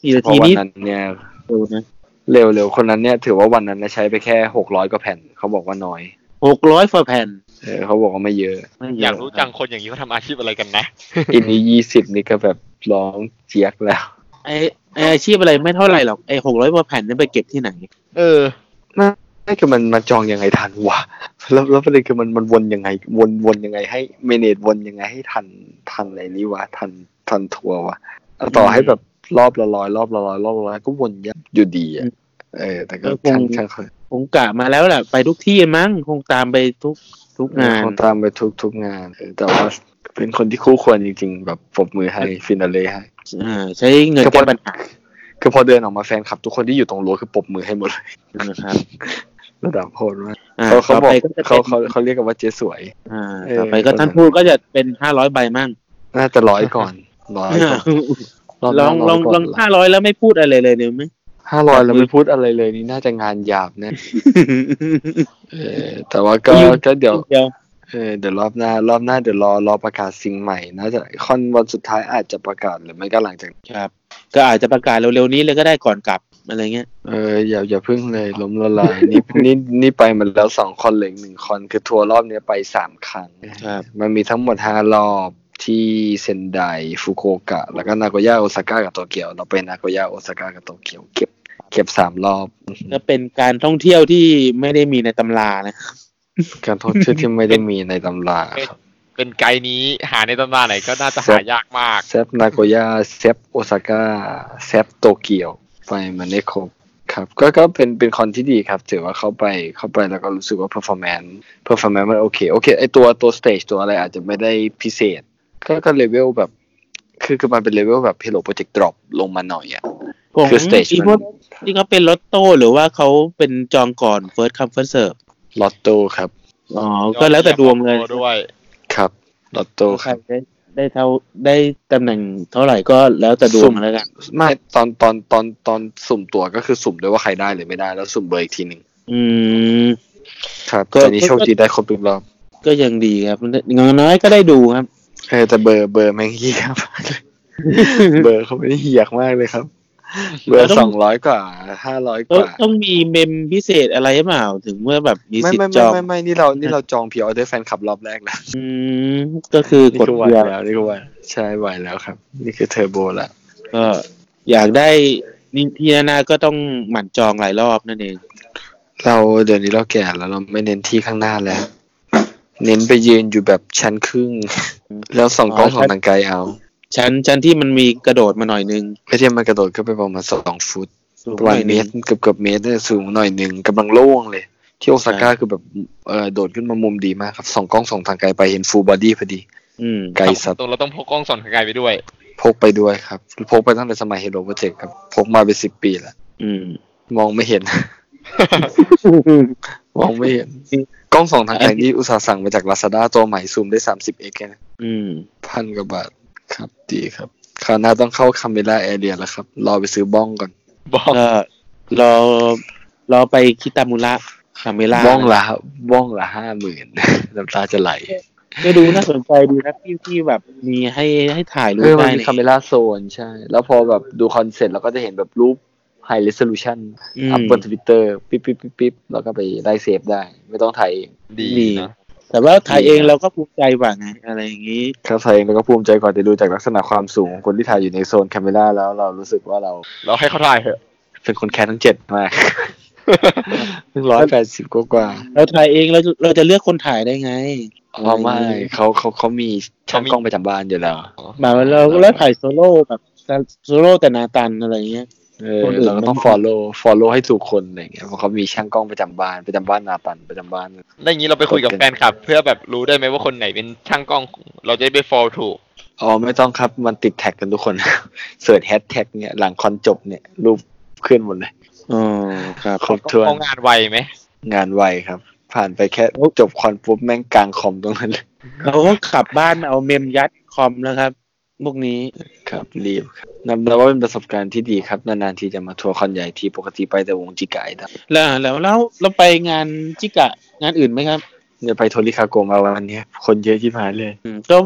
Speaker 1: กี่
Speaker 3: เฉ
Speaker 1: นา
Speaker 3: พ
Speaker 1: ที
Speaker 3: ราะวัน
Speaker 1: นี้
Speaker 3: นั้นเนี่ย
Speaker 1: ดูนะ
Speaker 3: เร็วๆคนนั้นเนี่ยถือว่าวันนั้นนะใช้ไปแค่หกร้อยกว่าแผ่นเขาบอกว่าน้อย
Speaker 1: หกร้อยฝ่าแผ่น
Speaker 3: เออเขาบอกว่าไม่เยอะ
Speaker 1: ไม่เะ
Speaker 2: อยากรู้จังคนอย่างนี้เขาทำอาชีพอะไรกันนะ
Speaker 3: อินนี้ยี่สิบนี่ก็แบบร้องเจี๊ยกแล้ว
Speaker 1: ไอไออาชีพอะไรไม่เท่าไหร่หรอกไอหกร้อยฝ่าแผ่นนั้นไปเก็บที่ไหน
Speaker 2: เออ
Speaker 3: นี่คือมันมาจองยังไงทันวะแล้วแล้วประเด็นคือมันมันวนยังไง วนวนยังไงให้เมเนจวนยังไงให้ทันทันอะไรนี้วะทันทันทัวร์วะเอาต่อ
Speaker 1: อืม
Speaker 3: ให้แบบรอบละร้อยรอบละร้อยรอบละร้อยก็วนยากอยู่ดีอ่ะเออ แต่ก็
Speaker 1: ก็คง
Speaker 3: ช่างช่างเขา
Speaker 1: คงกะมาแล้วแหละไปทุกที่มั้งคงตามไปทุกทุกงาน
Speaker 3: คงตามไปทุกทุกงานเออแต่ว่าเป็นคนที่คู่ควรจริง ๆ แบบปรบมือให้ฟินาเล่ให้
Speaker 1: อ่าใช้เงิน
Speaker 3: ก็พ
Speaker 1: แก้
Speaker 3: อ
Speaker 1: ปัญหา
Speaker 3: คือพอเดินออกมาแฟนคลับ ทุกคนที่อยู่ตรงรั้วคือปรบมือให้หมดเลย
Speaker 1: นะครับ
Speaker 3: ระดับโหดมาก
Speaker 1: อ่า
Speaker 3: เขาเขา
Speaker 1: ต่
Speaker 3: บ
Speaker 1: อ
Speaker 3: อก
Speaker 1: ไปก็จะ
Speaker 3: เขา
Speaker 1: เป็น
Speaker 3: เขาเขาเรียกกันว่าเจ๊สวย
Speaker 1: อ่า
Speaker 3: เออ
Speaker 1: ต่อไปก็ท่านพูดก็จะเป็นห้าร้อยใบมั่ง
Speaker 3: น่าจะร้อยก่อนร้อยก่อนรบห
Speaker 1: ล
Speaker 3: น้า
Speaker 1: องลอง
Speaker 3: ร้ยก่น
Speaker 1: ลองห้าร้อยแล้วไม่พูดอะไรเลยเนี่ยไหม
Speaker 3: ห้าร้อยแล้ว
Speaker 1: แบบ
Speaker 3: ไม่พูดอะไรเลยนี่น่าจะงานหยาบ แน่ เออแต่ว่าก็
Speaker 1: ยิ่ง
Speaker 3: ก็เดี๋ยว
Speaker 1: เดียว
Speaker 3: เออเดี๋ยวรอบหน้ารอบหน้าเดี๋ยวรอรอประกาศซิงใหม่น่าจะคอนวันสุดท้ายอาจจะประกาศหรือไม่ก็หลังจาก
Speaker 1: ครับ ก็อาจจะประกาศเร็วๆนี้เลยก็ได้ก่อนกลับอะไรเงี้ย
Speaker 3: เอออย่าอย่าพึ่งเลยล้มละลาย นี่ นี่นี่ไปมันแล้วสองคอนเหลืออกหนึ่งคอนคือทัวร์รอบเนี้ยไปสามครั้ง
Speaker 1: ครับ
Speaker 3: มันมีทั้งหมดห้ารอบที่เซนไดฟุกุโอกะ แล้วก็นาโกย่าโอซาก้ากับโตเกียว เราไปนาโกย่าโอซาก้ากับโตเกียวเก็บเก็บสามรอบ
Speaker 1: ก็เป็นการท่องเที่ยวที่ไม่ได้มีในตำรานะ
Speaker 3: การ ท่องเที่ยวที่ไม่ได้มีในตำราครับ
Speaker 2: เป็นไกด์นี้หาในตำนานไหนก็น่าจะหายากมาก
Speaker 3: เซฟนาโกย่าเซฟโอซาก้าเซฟโตเกียวไปมาได้ครบครับก็ก็เป็นเป็นคอนที่ดีครับ ถือว่าเข้าไปเข้าไปแล้วก็รู้สึกว่า performance performance มันโอเค โอเค ไอตัวตัว stage ตัวอะไรอาจจะไม่ได้พิเศษ ก็ก็เลเวลแบบ คือคือมันเป็นเลเวลแบบ Hello Project Drop ลงมาหน่อยอ่ะ
Speaker 1: ผม
Speaker 3: คือ stage
Speaker 1: อีพ
Speaker 3: มั
Speaker 1: วน กที่เขาเป็นลอตโต้หรือว่าเขาเป็นจองก่อน first come first serve
Speaker 3: ลอตโต้ครับ
Speaker 1: อ๋อ ก็แล้วแต่ดวงเลย
Speaker 2: ด้วย
Speaker 3: ครับลอตโต้ค
Speaker 1: ใคร
Speaker 3: รับ
Speaker 1: ได้ได้เท่าได้ตำแหน่งเท่าไหร่ก็แล้วแต่ดว
Speaker 3: สุ่
Speaker 1: ง
Speaker 3: ม
Speaker 1: แล้วกัน
Speaker 3: ไม่ตอนตอนตอนตอนสุ่มตัวก็คือสุ่มด้วยว่าใครได้หรือไม่ได้แล้วสุ่มเบอร์อีกทีหนึ่ง
Speaker 1: อืม
Speaker 3: ครับ
Speaker 1: ก็
Speaker 3: ตอนนี้
Speaker 1: ก็
Speaker 3: โชคดีได้ครบทุกรอบ
Speaker 1: ก็ยังดีครับอย่างน้อยก็ได้ดูครับ
Speaker 3: เออแต่เบอร์เบอร์แม่งเฮียมากเลย เบอร์เขาไม่ได้เหียกมากเลยครับ เบอร์
Speaker 1: เรา
Speaker 3: ส
Speaker 1: ต้
Speaker 3: อ
Speaker 1: อง
Speaker 3: งร้อยกว่าห้าร้อยก
Speaker 1: ต้อง
Speaker 3: ว่า
Speaker 1: ต้องมีเมมพิเศษอะไรหรือเปล่าถึงเมื่อแบบมี
Speaker 3: ไม่
Speaker 1: สิท
Speaker 3: ไม่
Speaker 1: ธิ์จ
Speaker 3: ไม่
Speaker 1: อง
Speaker 3: ไม่ไม่นี่เรานี่เราจองพีออเดอร์แฟนคลับรอบแรกนะ
Speaker 1: อืมก็คือก
Speaker 3: นี่
Speaker 1: ด
Speaker 3: ก็ไหว
Speaker 1: เดียว
Speaker 3: แล้วนี่ก็ไหวใช่ไหวแล้วครับ นี่คือเทอร์โบละ
Speaker 1: ก็อยากได้นี่ที่นานาก็ต้องหมั่นจองหลายรอบนั่นเอง
Speaker 3: เราเดี๋ยวนี้เราแก่แล้วเราไม่เน้นที่ข้างหน้าแล้ว เน้นไปยืนอยู่แบบชั้นครึ่ง แล้วส่องกล้องของทางไกลเอา
Speaker 1: ชั้นชั้นที่มันมีกระโดดมาหน่อยนึง
Speaker 3: ไม่ใช่มันกระโดดก็ไปประมาณสองฟุต
Speaker 1: สูง
Speaker 3: ประ
Speaker 1: ห
Speaker 3: มา
Speaker 1: น่
Speaker 3: ณ
Speaker 1: อย
Speaker 3: เม
Speaker 1: นึ
Speaker 3: ต
Speaker 1: ง
Speaker 3: รเกือบเกือบๆเมตรเนี่ยสูงหน่อยหนึ่งกำลังโล่งเลย ที่โอซาก้าคือแบบเออโดดขึ้นมามุมดีมากครับส่องกล้องส่องทางไกลไปเห็นฟูลบอดี้พอดี
Speaker 1: อืม
Speaker 3: ไกลสัตว์
Speaker 2: ตัวเราต้องพกกล้องส่องทางไกลไปด้วย
Speaker 3: พกไปด้วยครับ พกไปตั้งแต่สมัยเฮโรโปรเจกต์ครับ พกมาเป็นสิบปีแล้ว
Speaker 1: อืม
Speaker 3: มองไม่เห็น มองไม่เห็น กล้องส่องทางไกลนี่อุตสาห์สั่งมาจากลาซาด้าตัวใหม่ซูมได้สามสิบเอ็กนะ
Speaker 1: อืม
Speaker 3: พันกว่าบาทครับดีครับคราวหน้าต้องเข้าคาเมล่าแอเรียแล้วครับ รอไปซื้อบ้องก่อน
Speaker 2: บ้อง
Speaker 1: ก็รอรอไปคิตามุระคาเมล่า
Speaker 3: บ้องละบ้องละห้าหมื่น น้ำตาจะไหล
Speaker 1: ไม่ดูน่าสนใจดีนะที่ที่แบบมีให้ให้ถ่ายรู
Speaker 3: เอ
Speaker 1: ป
Speaker 3: อมัน
Speaker 1: ได้
Speaker 3: มี
Speaker 1: นี่
Speaker 3: คาเมล่าโซนใช่ แล้วพอแบบดูคอนเซ็ปต์เราก็จะเห็นแบบรูปไฮเรสโซลูชัน
Speaker 1: อืม
Speaker 3: อัพบนทวิตเตอร์ปิ๊บปิ๊บปิ๊บปิ๊บแล้วก็ไปไล่เซฟได้ ไม่ต้องถ่ายเอง
Speaker 2: ดี
Speaker 1: ดี
Speaker 2: นะ
Speaker 1: แต่ว่าถ่ายเองเราก็ภูมิใจกว่าไงอะไรอย่างนี้
Speaker 3: ครับถ่ายเองแล้วก็ภูมิใจก่อนจะดูจากลักษณะความสูงของคนที่ถ่ายอยู่ในโซนคาเมล่าแล้วเรารู้สึกว่าเรา
Speaker 2: เราให้เขาถ่ายเถอะ
Speaker 3: เป็นคนแค่ทั้งเจ็ดม าก หนึ่งร้อยแปดสิบกว่า
Speaker 1: เราถ่ายเองเราเราจะเลือกคนถ่ายได้ไง
Speaker 3: ๆอ๋อไม่เขาเขาเขามีช่างกล้องประจำบ้านอยู่แล้ว
Speaker 1: แบบว่าเราเราถ่ายโซโล่แบบโซโล่แต่นาตันอะไรเงี้ย
Speaker 3: เออ
Speaker 1: คนอื่น
Speaker 3: เราก็ต้อง follow follow ให้ถูกคนอะไรอย่างเงี้ยเพราะเขามีช่างกล้องประจำบ้านประจำบ้านนาตันประจำบ้าน
Speaker 2: ได้อย่างนี้เราไปคุยกับแฟนคลับ เพื่อแบบรู้ได้ไหมว่าคนไหนเป็นช่างกล้อง เราจะได้ไปฟอลถูก
Speaker 3: อ๋อไม่ต้องครับมันติดแท็กกันทุกคน เสิร์ชแฮชแท็กเนี่ยหลังคอนจบเนี่ย รูปขึ้นหมดเลย
Speaker 1: อ๋อครับ
Speaker 3: ครบถ้วน
Speaker 2: เอางานไวไหม
Speaker 3: งานไวครับ ผ่านไปแค่จบคอนปุ๊บแม่งกลางคอมตรงนั้นเลย
Speaker 1: เราก็ขับบ้านเอาเมมยัดคอมแล้วครับพวกนี้
Speaker 3: ครับรีบครับนับแล้วว่าเป็นประสบการณ์ที่ดีครับ นานๆทีจะมาทัวร์คอนใหญ่ทีปกติไปแต่วงจิกายครับ
Speaker 1: แล้วแล้วแล้วเราไปงานจิกะงานอื่นไหมครับ
Speaker 3: เนี่ยไปโทริคาโกมาวันเนี้ยคนเยอะที่หายเลย
Speaker 1: อืมก็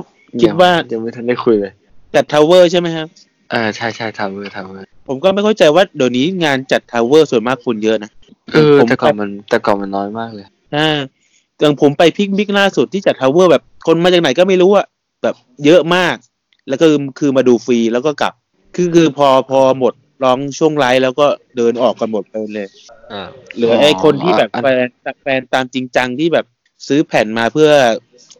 Speaker 1: คิดว่า
Speaker 3: ยังยังไม่ทันได้คุยเลย
Speaker 1: จัดทาวเวอร์ใช่ไหมครับ
Speaker 3: อ่าใช่ใช่ทำเลยทำเลย
Speaker 1: ผมก็ไม่เข้าใจว่าเดี๋ยวนี้งานจัดทาวเวอร์ส่วนมากคนเยอะนะ
Speaker 3: เออ
Speaker 1: ผม
Speaker 3: แต่ก่อนมันแต่ก่อนมันน้อยมากเลย
Speaker 1: อ่าอย่างผมไปพิกมิกล่าสุดที่จัดทาวเวอร์แบบคนมาจากไหนก็ไม่รู้อะแบบเยอะมาก แล้วก็คือคือมาดูฟรีแล้วก็กลับ คือคือพอพอหมดร้องช่วงไลฟ์แล้วก็เดินออกกันหมดไปเลย
Speaker 2: อ่า
Speaker 1: เหลือไอ้คนที่แบบ
Speaker 3: อ๋ออัน
Speaker 1: แฟนแฟนตามจริงจังที่แบบซื้อแผ่นมาเพื่อ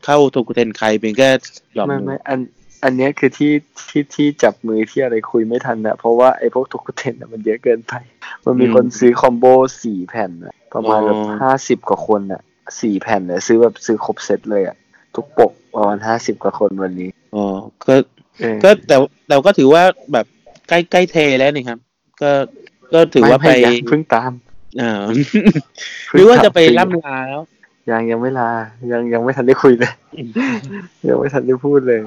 Speaker 1: เข้าโทกุเทนไคเป็นแค่หลอม
Speaker 3: ไม่ไม่อันอันเนี้ยคือที่ที่ที่จับมือที่อะไรคุยไม่ทันนะเพราะว่าไอ้พวกทุกเทนนะมันเยอะเกินไป มันมีคนซื้อคอมโบสี่แผ่นนะประมาณแบบห้าสิบกว่าคนน่ะสี่แผ่นเลยซื้อแบบซื้อครบเซตเลยอ่ะทุกปกประมาณห้าสิบกว่าคนวันนี้
Speaker 1: อ๋อก็
Speaker 3: เออ
Speaker 1: ก็แต่เราก็ถือว่าแบบใกล้ใกล้เทแล้วนี่ครับ ก็ก็ถือว่าไป
Speaker 3: ม่ม่ยังเพิ่งตาม
Speaker 1: เอ่อห
Speaker 3: เพิ่ง
Speaker 1: รือว่า
Speaker 3: ตม
Speaker 1: จะไปล่ำลาแล้ว
Speaker 3: ยังยังไม่ลายังยังไม่ทันได้คุยเลย ยังไม่ทันได้พูดเลย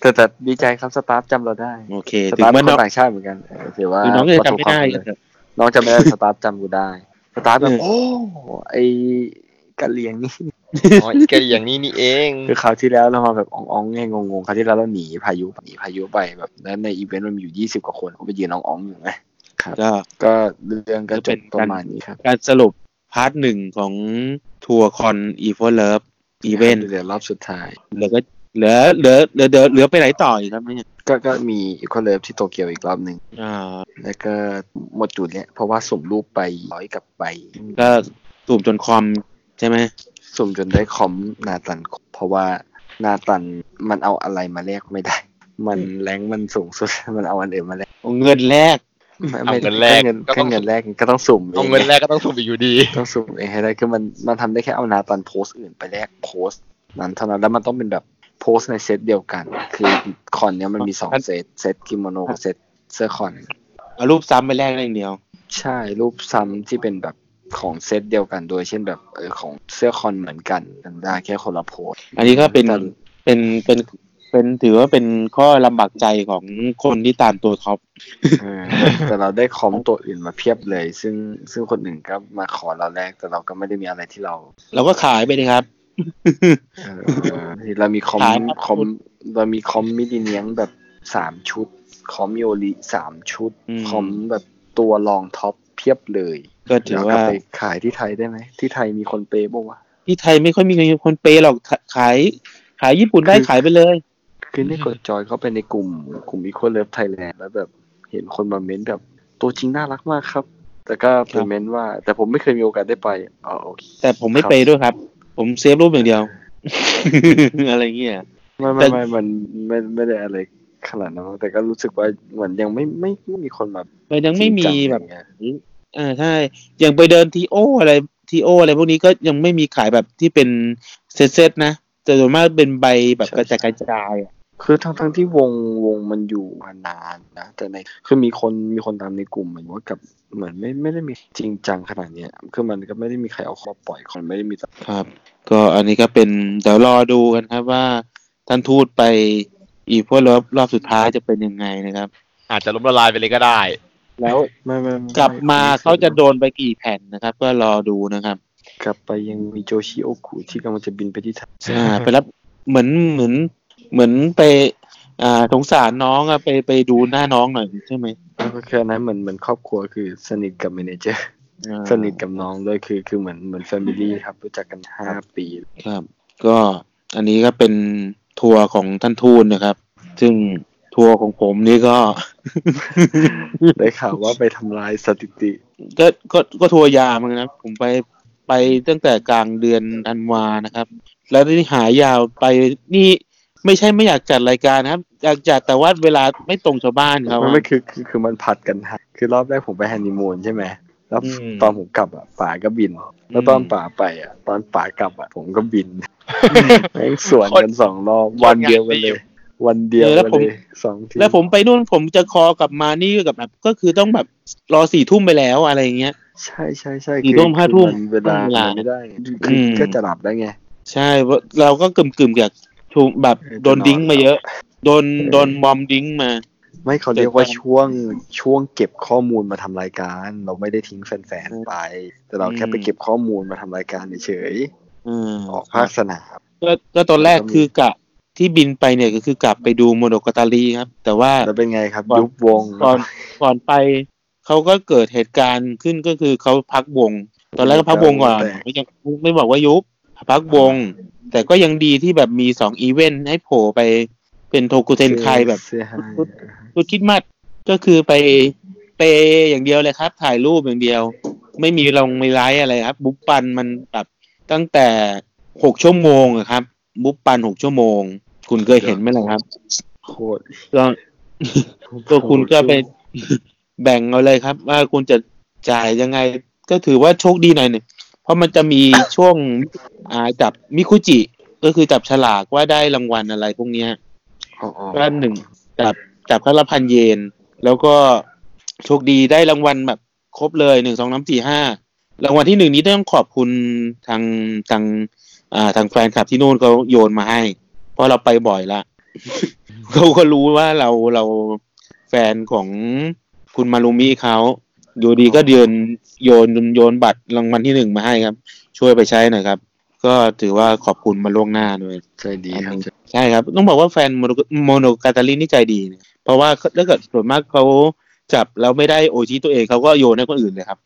Speaker 3: แต่แต่ดีใจครับสตาฟจำเราได้
Speaker 1: โอเค
Speaker 3: ส
Speaker 1: ถึง
Speaker 3: ตาฟเป็
Speaker 1: ว่าน
Speaker 3: ค
Speaker 1: น้อง
Speaker 3: นต่างชาติเหมือนกันเออถือว่า
Speaker 1: ถึงน้องจะ
Speaker 3: ประสบ
Speaker 1: จำไม่
Speaker 3: ความ
Speaker 1: ได้
Speaker 3: สำเร็จ
Speaker 1: ครับ
Speaker 3: น้องจำไม่ได้ สตาฟจำกูได้ สตาฟแบบ
Speaker 1: เออ
Speaker 3: โอ้ไอกันเลียงนี่
Speaker 2: อ๋ออีกแกอย่างนี้นี่เอง
Speaker 3: คือคราวที่แล้วเรามาแบบอ๋องๆไงงงๆคราวที่แล้วเราหนีพายุหนีพายุไปแบบแล้วในอีเวนต์มันมีอยู่ยี่สิบกว่าคนก็ไปยืนอ๋องๆอยู่ไงครับ
Speaker 1: ก็
Speaker 3: ก็เรื่องก็จบประมาณนี้ครับ
Speaker 1: การสรุปพาร์ทหนึ่งของทัวร์คอนอีโฟเลิฟอีเวนต์
Speaker 3: เหลือรอบสุดท้าย
Speaker 1: เหลือก็เหลือเหลือเหลือเหลือเหลือไปไหนต่ออีกครับเนี่ย
Speaker 3: ก็ก็มีอีโคเลิฟที่โตเกียวอีกรอบหนึ่ง
Speaker 1: อ่า
Speaker 3: แล้วก็หมดจุดเนี่ยเพราะว่าสุ่มรูปไปร้อยกลับไป
Speaker 1: ก็สูมจนคอมใช่ไหม
Speaker 3: สุ่มจนได้คอมนาตัน เพราะว่านาตันมันเอาอะไรมาแลกไม่ได้ มันแรงมันสูงสุด มันเอาอันอื่นมาแลก
Speaker 1: เอาเงินแรก
Speaker 3: ไม่
Speaker 2: เอา
Speaker 3: ไม่
Speaker 2: เงินแรก
Speaker 3: ค่เงิน
Speaker 2: ก็ต้
Speaker 3: แค่
Speaker 2: อง
Speaker 3: เงินแรกก็ต้องสุ่ม
Speaker 2: เอาเงินแรกก็ต้องสุ่มอีกอยู่ดี
Speaker 3: ต้องสุ่มเองให้ได้คือมันมันทำได้แค่เอานาตันโพสต์อื่นไปแลกโพสต์นั้นเท่านั้นแล้วมันต้องเป็นแบบโพสต์ในเซตเดียวกัน คือคอนเนี้ยมันมีสอง
Speaker 1: ครับ
Speaker 3: เซตเซตกิโมโนกับเซตเสื้อคอน
Speaker 1: เอารูปซ้ำไปแรกได้อย่างเดียว
Speaker 3: ใช่รูปซ้ำที่เป็นแบบของเซตเดียวกัน โดยเช่นแบบเออของเสื้อคอนเหมือนกันแต่ได้แค่คนละโพสต์
Speaker 1: อันนี้ก็เป็น
Speaker 3: แต่
Speaker 1: เป็นเป็นเป็นถือว่าเป็นข้อลำบากใจของคนที่ตามตัวท็อป
Speaker 3: เออแต่เราได้คอมตัวอื่นมาเพียบเลย ซึ่งซึ่งคนอื่นก็มาขอเราแลกแต่เราก็ไม่ได้มีอะไรที่เรา
Speaker 1: เราก็ขายไปเลยครับ
Speaker 3: เออเรามีคอม
Speaker 1: ขายมา
Speaker 3: คอม
Speaker 1: ชุด
Speaker 3: เรามีคอมมิดิเนียงแบบสามชุด คอมโยริสามชุด
Speaker 1: อืม
Speaker 3: คอมแบบตัวรองท็อปเพียบเลย
Speaker 1: ก็ถือ
Speaker 3: แล้วก็
Speaker 1: ว่า
Speaker 3: ไปขายที่ไทยได้ไหม ที่ไทยมีคนเปย์บ้างวะ
Speaker 1: ที่ไทยไม่ค่อยมีคนเปย์หรอกขาขาย ขายญี่ปุ่นได้
Speaker 3: คือ
Speaker 1: ขายไปเลย
Speaker 3: คือได้กดจอยเข้าไปในกลุ่มกลุ่มอีโคเลิฟไทยแลนด์แล้วแบบเห็นคนมาเม้นแบบตัวจริงน่ารักมากครับ แต่ก็ไป
Speaker 1: ครับ
Speaker 3: เม้นว่า แต่ผมไม่เคยมีโอกาสได้ไปอ๋อโอเค
Speaker 1: แต่ผมไม่
Speaker 3: ครับ
Speaker 1: เปย์ด้วยครับ ผมเซฟรูปอย่างเดียว อะไรเงี้ย
Speaker 3: ไม่
Speaker 1: แต่
Speaker 3: ไม่ไม่มันไม่ไม่ได้อะไรขนาดนั้นแต่ก็รู้สึกว่าเหมือนยังไม่ไม่ไม่มีคนมา
Speaker 1: มันยังไม่มี
Speaker 3: จริจัง
Speaker 1: แบบ
Speaker 3: อย่างเงี้ย
Speaker 1: อ่าใช่อย่างไปเดินทีโออะไรทีโออะไรพวกนี้ก็ยังไม่มีขายแบบที่เป็นเซตๆนะแต่ส่วนมากเป็นใบแบบกระจายกระจายๆอะ
Speaker 3: คือทั้งทั้งที่วงวงมันอยู่มานานนะแต่ในคือมีคนมีคนตามในกลุ่มเหมือนว่ากับเหมือนไม่ไม่ได้มีจริงจังขนาดเนี้ยคือมันก็ไม่ได้มีใครเอาเข้ามาปล่อยคนไม่ได้มี
Speaker 1: ครับ ก็อันนี้ก็เป็นเดี๋ยวรอดูกันครับว่าท่านทูตไปอีพวกรอบรอบสุดท้ายจะเป็นยังไงนะครับ
Speaker 2: อาจจะล้มละลายไปเลยก็ได้
Speaker 1: แล้ว
Speaker 3: ไม่ไม่ไ
Speaker 1: กลับมาเขาจะโดนไปกี่แผ่นนะครับ ก็รอดูนะครับ
Speaker 3: กลับไปยังมีโจชิโอคุที่กำลังจะบินไปที่ไทย
Speaker 1: อ่าไปรับเหมือนเหมือนเหมือนไป อ่าสงสารน้องอะไปไปดูหน้าน้องหน่อยใช่ไหม
Speaker 3: แล้วก็คืออันนั้นเหมือนเหมือนครอบครัวคือสนิทกับเมเนเจอร์
Speaker 1: อ่า
Speaker 3: สนิทกับน้องด้วยคือคือเหมือนเหมือนแฟมิลี่ครับรู้จักกันห้าปี
Speaker 1: ครับ ก็อันนี้ก็เป็นทัวร์ของท่านทูนนะครับ ซึ่งทัวร์ของผมนี่ก็
Speaker 3: ได้ข่าวว่าไปทำลายสถิติ
Speaker 1: ก็ก็ก็ทัวร์ยาเหมือนกันนะครับผมไปไปตั้งแต่กลางเดือนธันวานะครับ แล้วนี่หายาวไปนี่ไม่ใช่ไม่อยากจัดรายการนะครับ อยากจัดแต่ว่าเวลาไม่ตรงชาวบ้านเขา
Speaker 3: มัน
Speaker 1: อะ
Speaker 3: ไม่คือคือคือมันผัดกันฮะคือรอบแรกผมไปฮันนีมูนใช่ไหมแล้ว
Speaker 1: อืม
Speaker 3: ตอนผมกลับอ่ะป๋าก็บิน แล้วตอน
Speaker 1: อืม
Speaker 3: ป๋าไปอ่ะ ตอนป๋ากลับอ่ะผมก็บินแม่งสวนกันสองร อบวันเดียวกันเลย วันเดียวกันเลยสองที
Speaker 1: แล้วผมไปนู่นผมจะคอกลับมานี่กับแบบก็คือต้องแบบรอสี่ทุ่มไปแล้วอะไรอย่างเงี้ย
Speaker 3: ใช่ใช่ใช่
Speaker 1: สี่ทุ่มห้าทุ่ม
Speaker 3: นเวลา
Speaker 1: เวลา
Speaker 3: ไม่ได้คือ
Speaker 1: ม
Speaker 3: ก็จะหลับได้ไง
Speaker 1: ใช่เพราะเราก็กึ่มกึ่มๆกับถูกแบบ
Speaker 3: เออ
Speaker 1: โดนดิ้งมาเยอะ โดน
Speaker 3: เออ
Speaker 1: โดนบอมดิ้งมา
Speaker 3: ไม่เขาเรียกว่าช่วงช่วงเก็บข้อมูลมาทำรายการ เราไม่ได้ทิ้งแฟนๆไป แต่เราแค่ไปเก็บข้อมูลมาทำรายการเฉย
Speaker 1: เออ
Speaker 3: ๆออกภาคสนาม
Speaker 1: ก็ก็ตอนแรกคือกะที่บินไปเนี่ยก็คือกลับไปดูโมโนกาตาลีครับ แต่ว่า
Speaker 3: แล้วเป็นไงครับ
Speaker 1: ก่อน
Speaker 3: ยุบวง
Speaker 1: ก่อนก่อนไปเขาก็เกิดเหตุการณ์ขึ้นก็คือเขาพักวง ตอนแรกก็พักวงก่อนไม่ยังไม่บอกว่ายุบพักวง แต่ก็ยังดีที่แบบมีสองอีเวนต์ให้โผล่ไปเป็นโทกุเซนไคแบบ
Speaker 3: เสียหาย
Speaker 1: ชุดคริดมัดก็คือไปเปย์อย่างเดียวเลยครับ ถ่ายรูปอย่างเดียว ไม่มีลงไม่ไลฟ์อะไรครับ บุ๊ปปันมันแบบตั้งแต่หกชั่วโมงอะครับ บุ๊ปปันหกชั่วโมง คุณเคยเห็นไหมล่ะครับ
Speaker 3: โคตร
Speaker 1: ก็ ตัวคุณก็ไป แบ่งเอาเลยครับ ว่าคุณจะจ่ายยังไง ก็ถือว่าโชคดีหน่อยหนึ่งเพราะมันจะมีช่วงอ่าจับมิคุจิ ก็คือจับฉลากว่าได้รางวัลอะไรพวกเนี้ย
Speaker 3: อ๋ออ๋อ
Speaker 1: ก็หนึ่งจับจับครั้งละพันเยน แล้วก็โชคดีได้รางวัลแบบครบเลยหนึ่งสองสามสี่ห้ารางวัลที่หนึ่งนี้ต้องขอบคุณทางทางอ่าทางแฟนคลับที่นู่นเขาโยนมาให้ เพราะเราไปบ่อยละ เขาก็รู้ว่าเราเราแฟนของคุณมารุมิเขาอยู่ดีก็เดินโยนโยนบัตรรางวัลที่หนึ่งมาให้ครับ ช่วยไปใช้หน่อยครับ ก็ถือว่าขอบคุณมาล่วงหน้าด้วย
Speaker 3: ใจดีครับ
Speaker 1: ใช่ครับ ต้องบอกว่าแฟนโมโนโมโนกาตาลินนี่ใจดีนะเพราะว่าถ้าเกิดส่วนมากเขาจับแล้วไม่ได้โอชิตัวเองเขาก็โยนให้คนอื่นเลยครับ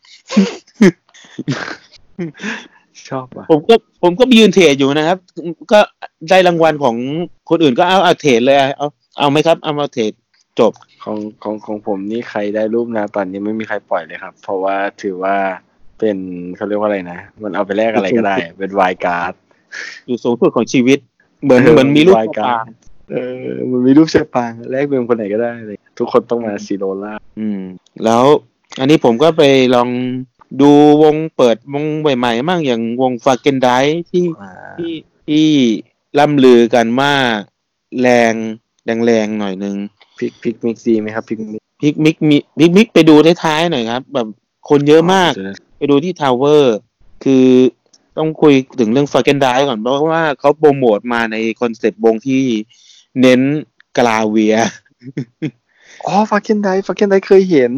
Speaker 3: ชอบอ่ะ
Speaker 1: ผมก็ผมก็ยืนเทรดอยู่นะครับ ก็ได้รางวัลของคนอื่นก็เอาเอาเทรดเลยเอาเอาไหมครับ เอามาเทรดจบ
Speaker 3: ของของของผมนี่ใครได้รูปนาตอนนี้ไม่มีใครปล่อยเลยครับ เพราะว่าถือว่าเป็นเขาเรียกว่าอะไรนะ มันเอาไปแลกอะไร ก็ได้ เป็นวายการ์ด
Speaker 1: อยู่สูงสุดของชีวิต เหมือน
Speaker 3: เออ
Speaker 1: เหมือนมีลูก
Speaker 3: รายการ
Speaker 1: ปลา
Speaker 3: เออ มันมีรูปเชอปางแลกเป็นคนไหนก็ได้เลย ทุกคนต้องมาซีโรล่า
Speaker 1: อืม แล้วอันนี้ผมก็ไปลองดูวงเปิดวงใหม่ๆมั่งอย่างวงฟาเกนไดที่
Speaker 3: อ่า
Speaker 1: ที่ที่ล่ำลือกันว่าแรงแรงแรงๆหน่อยหนึ่ง
Speaker 3: พิกพิกมิกซีไหมครับพิกมิก
Speaker 1: พิกมิกมีพิกมิกไปดูท้ายๆหน่อยครับ แบบคนเยอะมากไปดูที่ทาวเวอร์ คือต้องคุยถึงเรื่องฟาเกนไดก่อนเพราะว่าเขาโปรโมทมาในคอนเซ็ปต์วงที่เน้นกลาเวีย
Speaker 3: อ๋อฟาเกนไดฟาเกนไดเคยเห็น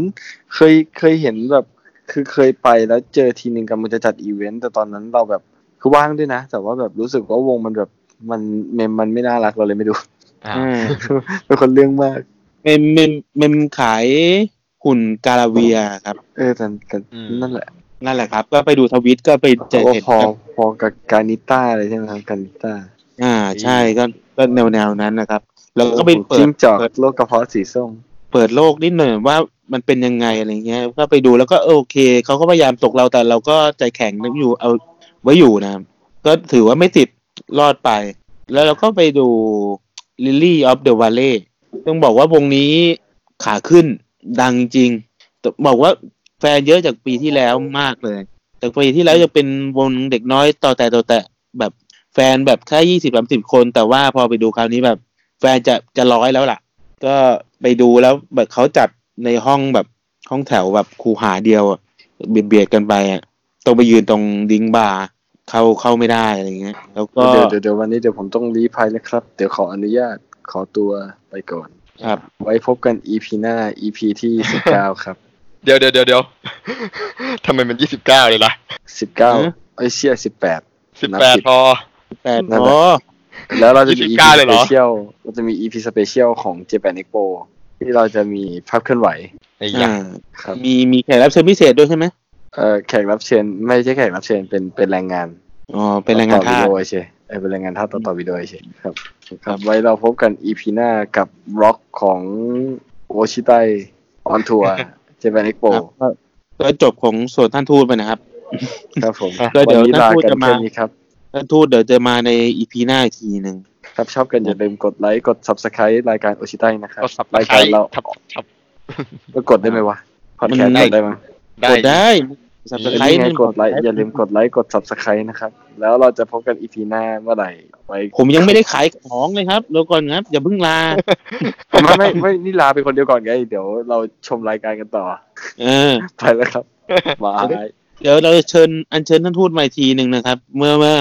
Speaker 3: เคยเคยเห็นแบบ คือเคยไปแล้วเจอทีหนึ่งกำลังจะจัดอีเวนต์แต่ตอนนั้นเราแบบคือว่างด้วยนะ แต่ว่าแบบรู้สึกว่าวงมันแบบมันเมมมันไม่น่ารักเราเลยไม่ดู
Speaker 2: อ่า
Speaker 1: อ่า
Speaker 3: เป็นคนเรื่องมาก
Speaker 1: เป็นเป็นเป็นขายหุ่นกลาเวียครับ
Speaker 3: เออแต่แต่นั่นแหละ
Speaker 1: นั่นแหละครับ ก็ไปดูทวิตก็ไปเจอ
Speaker 3: ก็
Speaker 1: เห็น
Speaker 3: พอ
Speaker 1: กัน
Speaker 3: พอกับการนิต้าอะไรใช่ไหมครับการนิต้า
Speaker 1: อ่าใช่ก็ก็แนวแนวๆนั้นนะครับ แล้วก็ไปเปิด
Speaker 3: จิ้งจอกโลกกระเพาะสีส้ม
Speaker 1: เปิดโลกนิดหน่อยว่ามันเป็นยังไงอะไรเงี้ย ก็ไปดูแล้วก็เออโอเค เขาก็พยายามตกเราแต่เราก็ใจแข็งนึกอยู่เอาไว้อยู่นะครับก็ถือว่าไม่ติด รอดไป แล้วเราก็ไปดู Lily of the Valley ต้องบอกว่าวงนี้ขาขึ้นดังจริงต้องบอกว่าแฟนเยอะจากปีที่แล้วมากเลย แต่ปีที่แล้วยังเป็นวงเด็กน้อยต่อแต่ต่อแต่แบบแฟนแบบแค่ยี่สิบสามสิบคน แต่ว่าพอไปดูคราวนี้แบบ แฟนจะจะร้อยแล้วล่ะ ก็ไปดูแล้วแบบเขาจัดในห้องแบบห้องแถวแบบคูหาเดียวอะเบียดเบียดกันไปอะต้องไปยืนตรงดิงบาร์เข้าเข้าไม่ได้อะไรเงี้ย แล้วก็
Speaker 3: เดี๋ยวเดี๋ยวเดี๋ยววันนี้เดี๋ยวผมต้องรีพายนะครับ เดี๋ยวขออนุญาตขอตัวไปก่อน
Speaker 1: ครับ
Speaker 3: ไว้พบกัน EP หน้า EP ที่ 19 ครับ
Speaker 2: เดี๋ยวเดี๋ยวเดี๋ยวเดี๋ยว ทำไมมันยี่สิบเก้าเลยล่ะ
Speaker 1: ฮะ
Speaker 3: 19ไอยเชีย18
Speaker 2: สิบแปดพอ
Speaker 1: แปด
Speaker 3: นั่น
Speaker 1: พ
Speaker 3: แห
Speaker 1: อ
Speaker 3: ละ แล้วเราจะมี EP
Speaker 2: 29เลยเหรอ
Speaker 3: Special เราจะมี EP Special ของ Japan Expo ที่เราจะมีภาพเคลื่อนไหว
Speaker 2: ไอ้ยา
Speaker 1: อ่า
Speaker 3: ครับ
Speaker 1: มีมีแขกรับเชิญพิเศษด้วยใช่ไหม
Speaker 3: เอ่อแขกรับเชิญไม่ใช่แขกรับเชิญเป็นเป็นแรงงาน
Speaker 1: อ๋อ เป็นแรงงาน
Speaker 3: ต่อ
Speaker 1: ทาส
Speaker 3: วิดีโอเฉยเอ้ยเป็นแรงงานท่าสต่อต่อวิดีโอเฉยครับค
Speaker 1: ครั
Speaker 3: รับ
Speaker 1: บ
Speaker 3: ไว้เราพบกัน EP หน้ากับร็อกของโอชิไตออนทั วร์ Japan Expo
Speaker 1: ครับก็ก็จบของส่วนท่านทูตไปนะครับ
Speaker 3: ครับผม
Speaker 1: ก็เดี๋ยว
Speaker 3: วันนี้ลา
Speaker 1: ท่านพูด
Speaker 3: กัน
Speaker 1: จะมา
Speaker 3: แค่นี้ครับ
Speaker 1: ท่านทูตเดี๋ยวจะมาในอีพีหน้าอีกทีหนึ่ง
Speaker 3: ครับชอบกันอย่าลืมกดไลค์ กด subscribe รายการโอชิไตนะครับ
Speaker 2: ก็สับ
Speaker 3: ราย
Speaker 2: ไค
Speaker 3: การเรา
Speaker 2: ทับทับ
Speaker 3: ก็กดได้ไหมวะพอดแคสต์
Speaker 1: มัน
Speaker 3: กดได้ไหม
Speaker 1: ก
Speaker 2: ได้
Speaker 1: ดได้สับส
Speaker 3: เออ
Speaker 1: ไคร
Speaker 3: นี่ไง
Speaker 1: นี่
Speaker 3: กดไลค์อย่าลืมกดไลค์ กด subscribe นะครับ แล้วเราจะพบกันอีพีหน้าเมื่อไหร่ไว้
Speaker 1: ผมยังไม่ได้ขายของเลยครับเดี๋ยวก่อนครับ อย่าเพิ่งลา
Speaker 3: ไม่ไม่ไม่นี่ลาไปคนเดียวก่อนไง เดี๋ยวเราชมรายการกันต่อ
Speaker 1: เออ
Speaker 3: ไปแล้วครับบาย
Speaker 1: เดี๋ยวเราเชิญอัญเชิญท่านทูตมาอีกทีหนึ่งนะครับ เมื่อเมื่อ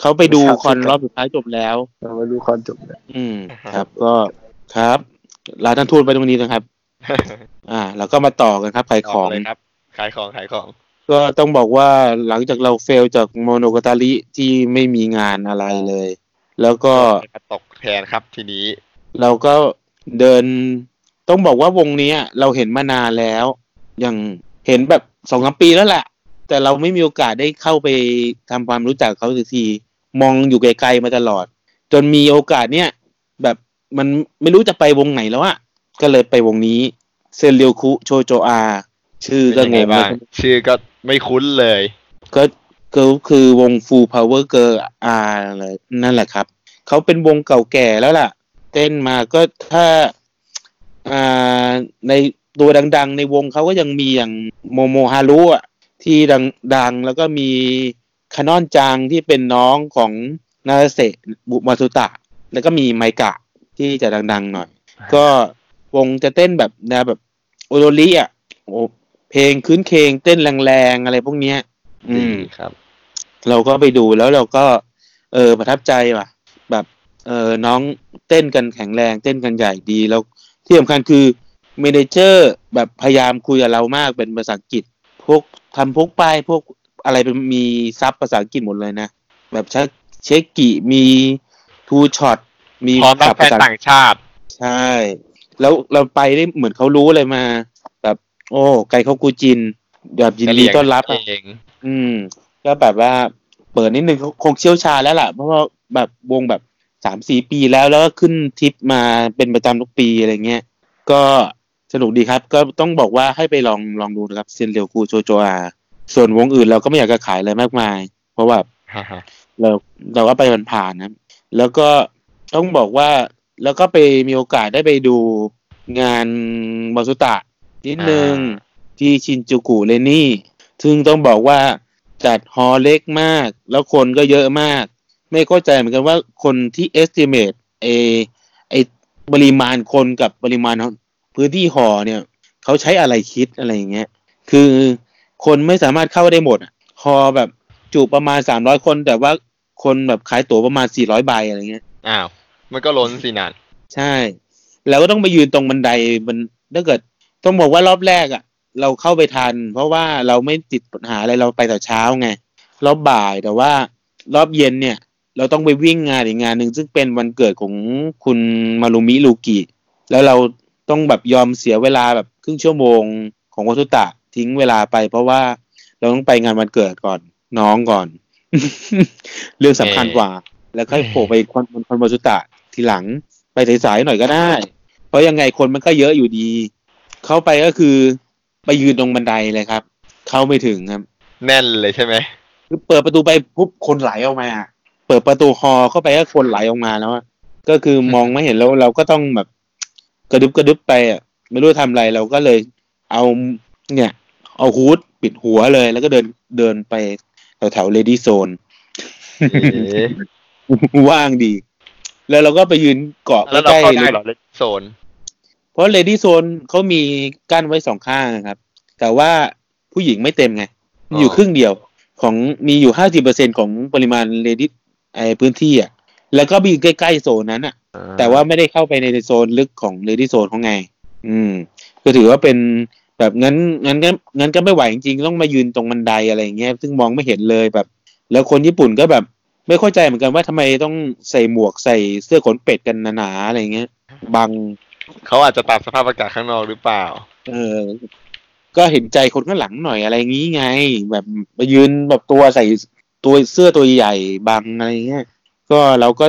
Speaker 1: เขาไปดูคอนรอบสุดท้ายจบแล้ว
Speaker 3: เรามาดูความจบนะ
Speaker 1: อืม ครับก็ครับลาท่านทูตไปตรงนี้นะครับ อ่า แล้วก็มาต่อกันครับ ขายของ
Speaker 2: เลยครับ ขายของขายของ
Speaker 1: ก็ต้องบอกว่าหลังจากเราเฟลจากโมโนกาตาริที่ไม่มีงานอะไรเลย แล้วก็
Speaker 2: ตกแทนครับทีนี้
Speaker 1: เราก็เดิน ต้องบอกว่าวงเนี้ย เราเห็นมานานแล้ว อย่างเห็นแบบสองสามปีแล้วแหละ แต่เราไม่มีโอกาสได้เข้าไปทำความรู้จักเขาสักที มองอยู่ไกลๆมาตลอด จนมีโอกาสเนี่ย แบบมันไม่รู้จะไปวงไหนแล้วอะก็เลยไปวงนี้เซนเรียวคุโชโจอา ชื่อก็
Speaker 2: เป็
Speaker 1: ง
Speaker 2: นยังไงบ้าม
Speaker 1: งาง ก
Speaker 2: ชื่อก็ไม่คุ้นเลย
Speaker 1: ก็ก็คือวง Full Power Girl อ่าอะไรนั่นแหละครับ เขาเป็นวงเก่าแก่แล้วล่ะ เต้นมาก็ถ้าอ่าในตัวดังๆ ในวงเขาก็ยังมีอย่างโมโมฮารุอ่ะที่ดังดังแล้วก็มีคานอนจังที่เป็นน้องของนาเซะบุมาสุตะ แล้วก็มีไมกะที่จะดังๆหน่อย ก็วงจะเต้นแบบแนวแบบโอโรลิอ่ะโอ้เพลงคื้นเคงเต้นแรงๆ อะไรพวกเนี้ย อืม
Speaker 2: ครับ
Speaker 1: เราก็ไปดูแล้วเราก็ เออประทับใจว่ะ แบบ เออน้องเต้นกันแข็งแรง เต้นกันใหญ่ดีแล้วที่สำคัญคือเมเนเจอร์แบบพยายามคุยกับเรามากเป็นภาษาอังกฤษ พวกทำพวกป้ายพวกอะไรเป็นมีซับภาษาอังกฤษหมดเลยนะ แบบชักเช็กกิมีทูช็อตมี
Speaker 2: พร้อมรับแฟ
Speaker 1: ภาน ษา
Speaker 2: ต่างชาติ
Speaker 1: ใช่ แล้วเราไปได้เหมือนเขารู้อะไรมา แบบ โอ้ ไก่เขากูจิน แบบยินดีต้อนรับอะ
Speaker 2: เอง
Speaker 1: อืมก็แบบว่าเปิดนิดนึงเขาคงเชี่ยวชาญแล้วล่ะ เพราะว่าแบบวงแบบสามสี่ปีแล้วแล้วก็ขึ้นทริปมาเป็นประจำทุกปีอะไรเงี้ยก็สนุกดีครับ ก็ต้องบอกว่าให้ไปลองลองดูนะครับเซนเรียวคูโจโจอาส่วนวงอื่นเราก็ไม่อยากจะขายอะไรมากมาย เพราะว่า เราเราก็ไปผ่านๆนะครับแล้วก็ต้องบอกว่า แล้วก็ไปมีโอกาสได้ไปดูงานบาสุตะนิดนึงที่ชินจูกุเลนี่ ซึ่งต้องบอกว่าจัดฮอลล์เล็กมาก แล้วคนก็เยอะมาก ไม่เข้าใจเหมือนกันว่าคนที่ estimate เอไอปริมาณคนกับปริมาณพื้นที่หอเนี่ย เขาใช้อะไรคิดอะไรอย่างเงี้ย คือคนไม่สามารถเข้าได้หมดอะฮอแบบจุประมาณสามร้อยคน แต่ว่าคนแบบขายตั๋วประมาณสี่ร้อยใบอะไรเงี้ย
Speaker 2: อ้าว มันก็ล้นสินาน
Speaker 1: ใช่ แล้วก็ต้องไปยืนตรงบันไดมันถ้าเกิด ต้องบอกว่ารอบแรกอะ่ะ เราเข้าไปทัน เพราะว่าเราไม่ติดปัญหาอะไรเราไปแต่เช้าไง รอบบ่ายแต่ว่ารอบเย็นเนี่ย เราต้องไปวิ่งงานอีกงานหนึ่งซึ่งเป็นวันเกิดของคุณมารุมิลูกิแล้วเราต้องแบบยอมเสียเวลาแบบครึ่งชั่วโมงของวัตุตะทิ้งเวลาไป เพราะว่าเราต้องไปงานวันเกิดก่อนน้องก่อน เรื่องสำคัญกว่า แล้วค่อยโผล่ไปคอนคอนวัตุตะทีหลังไปสายๆหน่อยก็ได้ เพราะยังไงคนมันก็เยอะอยู่ดี เข้าไปก็คือไปยืนตรงบันไดเลยครับ เข้าไม่ถึงครับ
Speaker 2: แน่นเลยใช่ไหม
Speaker 1: คือเปิดประตูไปปุ๊บคนไหลออกมา เ ปิดประตูฮอเข้าไปก็คนไหลออกมาแล้วอะก็คือมองไม่เห็นแล้วเราก็ต้องแบบกระดึบกระดึบไปอะไม่รู้ทำอะไรเราก็เลย เอาเนี่ย เอาฮูดปิดหัวเลย แล้วก็เดินเดินไปแถวแถวเลดี้โซน
Speaker 2: เอ๊ะ
Speaker 1: ว่างดี แล้วเราก็ไปยืนเกาะ
Speaker 2: แล้ว
Speaker 1: ใก
Speaker 2: เรา
Speaker 1: ล้
Speaker 2: เข้า
Speaker 1: ๆเล
Speaker 2: ได้
Speaker 1: ย
Speaker 2: เหรอเลโซน
Speaker 1: เพราะเลดี้โซนเขามีกั้นไว้สองข้างนะครับ แต่ว่าผู้หญิงไม่เต็มไง
Speaker 2: อ๋อ
Speaker 1: อ
Speaker 2: อ
Speaker 1: ยู่ครึ่งเดียวของมีอยู่ห้าสิบเปอร์เซ็นของปริมาณเลดี้ไอพื้นที่อ่ะ แล้วก็มีใกล้ๆโซนนั้นอ่ะ แต่ว่าไม่ได้เข้าไปในโซนลึกของเลดี้โซนเขาไง อืม ก็ถือว่าเป็นแบบงั้นงั้นก็งั้นก็ไม่ไหวจริงๆ ต้องมายืนตรงบันไดอะไรอย่างเงี้ยซึ่งมองไม่เห็นเลยแบบ แล้วคนญี่ปุ่นก็แบบ ไม่เข้าใจเหมือนกันว่าทำไมต้องใส่หมวกใส่เสื้อขนเป็ดกันหนาๆอะไรอย่างเงี้ยบัง
Speaker 2: เขาอาจจะตากสภาพอากาศข้างนอกหรือเปล่า
Speaker 1: เออ ก็เห็นใจคนข้างหลังหน่อยอะไรงี้ไง แบบมายืนแบบตัวใส่ตัวเสื้อตัวใหญ่บังอะไรเงี้ย ก็เราก็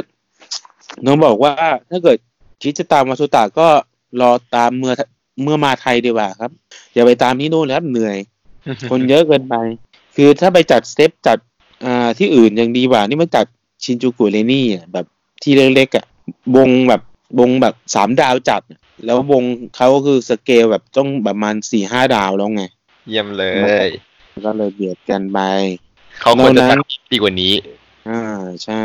Speaker 1: น้องบอกว่า ถ้าเกิดคิดจะตามมาสุตาก็รอตามเมื่อเมื่อมาไทยดีกว่าครับ อย่าไปตามที่โน่นแล้วครับเหนื่อย คนเยอะเกินไป คือถ้าไปจัดสเต็ปจัดอ่าที่อื่นยังดีกว่า นี่มันจัดชินจูกุเลนี่อ่ะแบบที่เล็กๆอ่ะวงแบบวงแบบสามดาวจัด แล้ววงเขาก็คือสเกลแบบต้องประมาณสี่ห้าดาวแล้วไง
Speaker 2: เยี่ยมเลย
Speaker 1: ก็เลยเบียดกันไป
Speaker 2: เขาควรจะ
Speaker 1: โน่น
Speaker 2: จั
Speaker 1: นะ
Speaker 2: ดดีกว่านี้
Speaker 1: อ่าใช่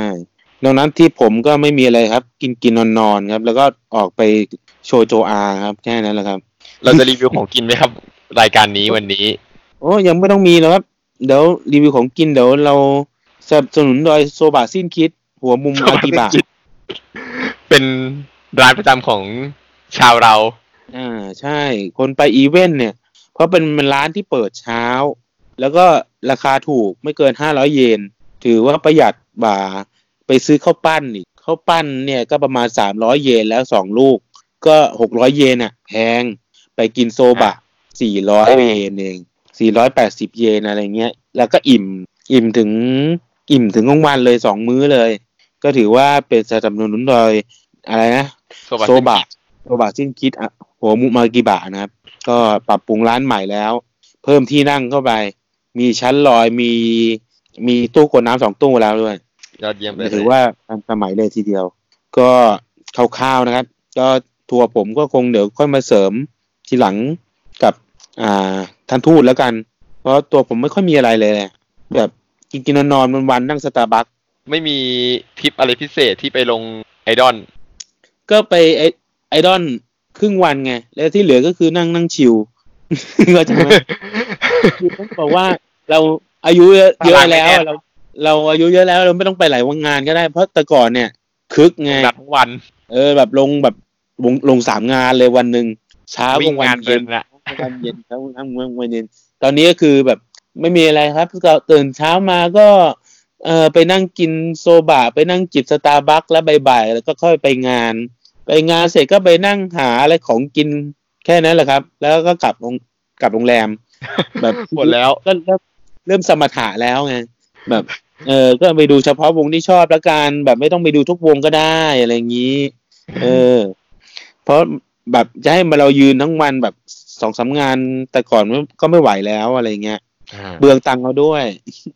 Speaker 1: นอกนั้นที่ผมก็ไม่มีอะไรครับ กินกินนอนนอนครับ แล้วก็ออกไปโชว์โจอาครับ แค่นั้นแหละครับ
Speaker 2: เราจะรีวิวของกินไหมครับ รายการนี้วันนี้
Speaker 1: โอ้ยังไม่ต้องมีแล้วครับ เดี๋ยวรีวิวของกินเดี๋ยวเราสนับสนุนโดยโซบะสิ้นคิด หัวมุมอากิบะ
Speaker 2: เป็นร้านประจำของชาวเรา
Speaker 1: อ่าใช่คนไปอีเวนต์เนี่ย เพราะเป็นเป็นร้านที่เปิดเช้า แล้วก็ราคาถูกไม่เกินห้าร้อยเยน ถือว่าประหยัดกว่าไปซื้อข้าวปั้นอีกข้าวปั้นเนี่ยก็ประมาณสามร้อยเยนแล้วสองลูก ก็หกร้อยเยนอ่ะแพงไปกินโซบะสี่ร้อยเยนเองสี่ร้อยแปดสิบเยนอะไรเงี้ย แล้วก็อิ่มอิ่มถึงอิ่มถึงกลางวันเลยสองมื้อเลย ก็ถือว่าเป็นสนับสนุนโดยอะไรนะ
Speaker 2: โซบะ
Speaker 1: โซบะโซบะสิ้นคิดอะหัวมุมากิบะนะครับ ก็ปรับปรุงร้านใหม่แล้ว เพิ่มที่นั่งเข้าไป มีชั้นลอยมีมีตู้กดน้ำสองตู้แล้วด้วย
Speaker 2: ยอดเยี่ยมไป
Speaker 1: ถือว่าทันสมัยเลยทีเดียว ก็คร่าวๆนะครับ ก็ทัวร์ผมก็คงเดี๋ยวค่อยมาเสริมทีหลังกับ อ่าท่านทูตแล้วกัน เพราะตัวผมไม่ค่อยมีอะไรเลยแหละแบบกินกินๆนอนๆวันๆนั่งสตาร์บัค
Speaker 2: ไม่มีทริปอะไรพิเศษที่ไปลงไอดอล
Speaker 1: ก็ไปไอไอดอลครึ่งวันไง แล้วที่เหลื อก็คือนั่งนั่งชิว เราใจะคือต้องบอกว่าเราอายุเยอะเยอะแล้วเราเราอายุเยอะแล้วเราไม่ต้องไปหลายวันงานก็ได้ เพราะแต่ก่อนเนี่ยคึกไง
Speaker 2: นัดทั้งวัน
Speaker 1: เออแบบลงแบบลงลงสามงานเลยวันหนึ่งเช้า
Speaker 2: วิ่
Speaker 1: ก
Speaker 2: ง
Speaker 1: ลางวั
Speaker 2: งาน น
Speaker 1: เย็
Speaker 2: เย็
Speaker 1: น
Speaker 2: นนะ
Speaker 1: กลางวันเย็นเช้ากลางวันกลางวันเย็นตอนนี้ก็คือแบบไม่มีอะไรครับก็ตื่นเช้ามาก็เออไปนั่งกินโซบะไปนั่งจิบสตาร์บัคแล้วบ่ายๆแล้วก็ค่อยไปงาน ไปงานเสร็จก็ไปนั่งหาอะไรของกินแค่นั้นแหละครับ แล้วก็กลับโรงกลับโรงแรม แบบ
Speaker 2: หมดแล้ว
Speaker 1: ก็เริ่มเริ่มสมถะแล้วไงแบบ เออก็ไปดูเฉพาะวงที่ชอบละกันแบบไม่ต้องไปดูทุกวงก็ได้อะไรอย่างนี้ เออ เพราะแบบจะให้มาเรายืนทั้งวันแบบสองสามงานแต่ก่อนมันก็ไม่ไหวแล้วอะไรเงี้ยเบืองตังค์เราด้วย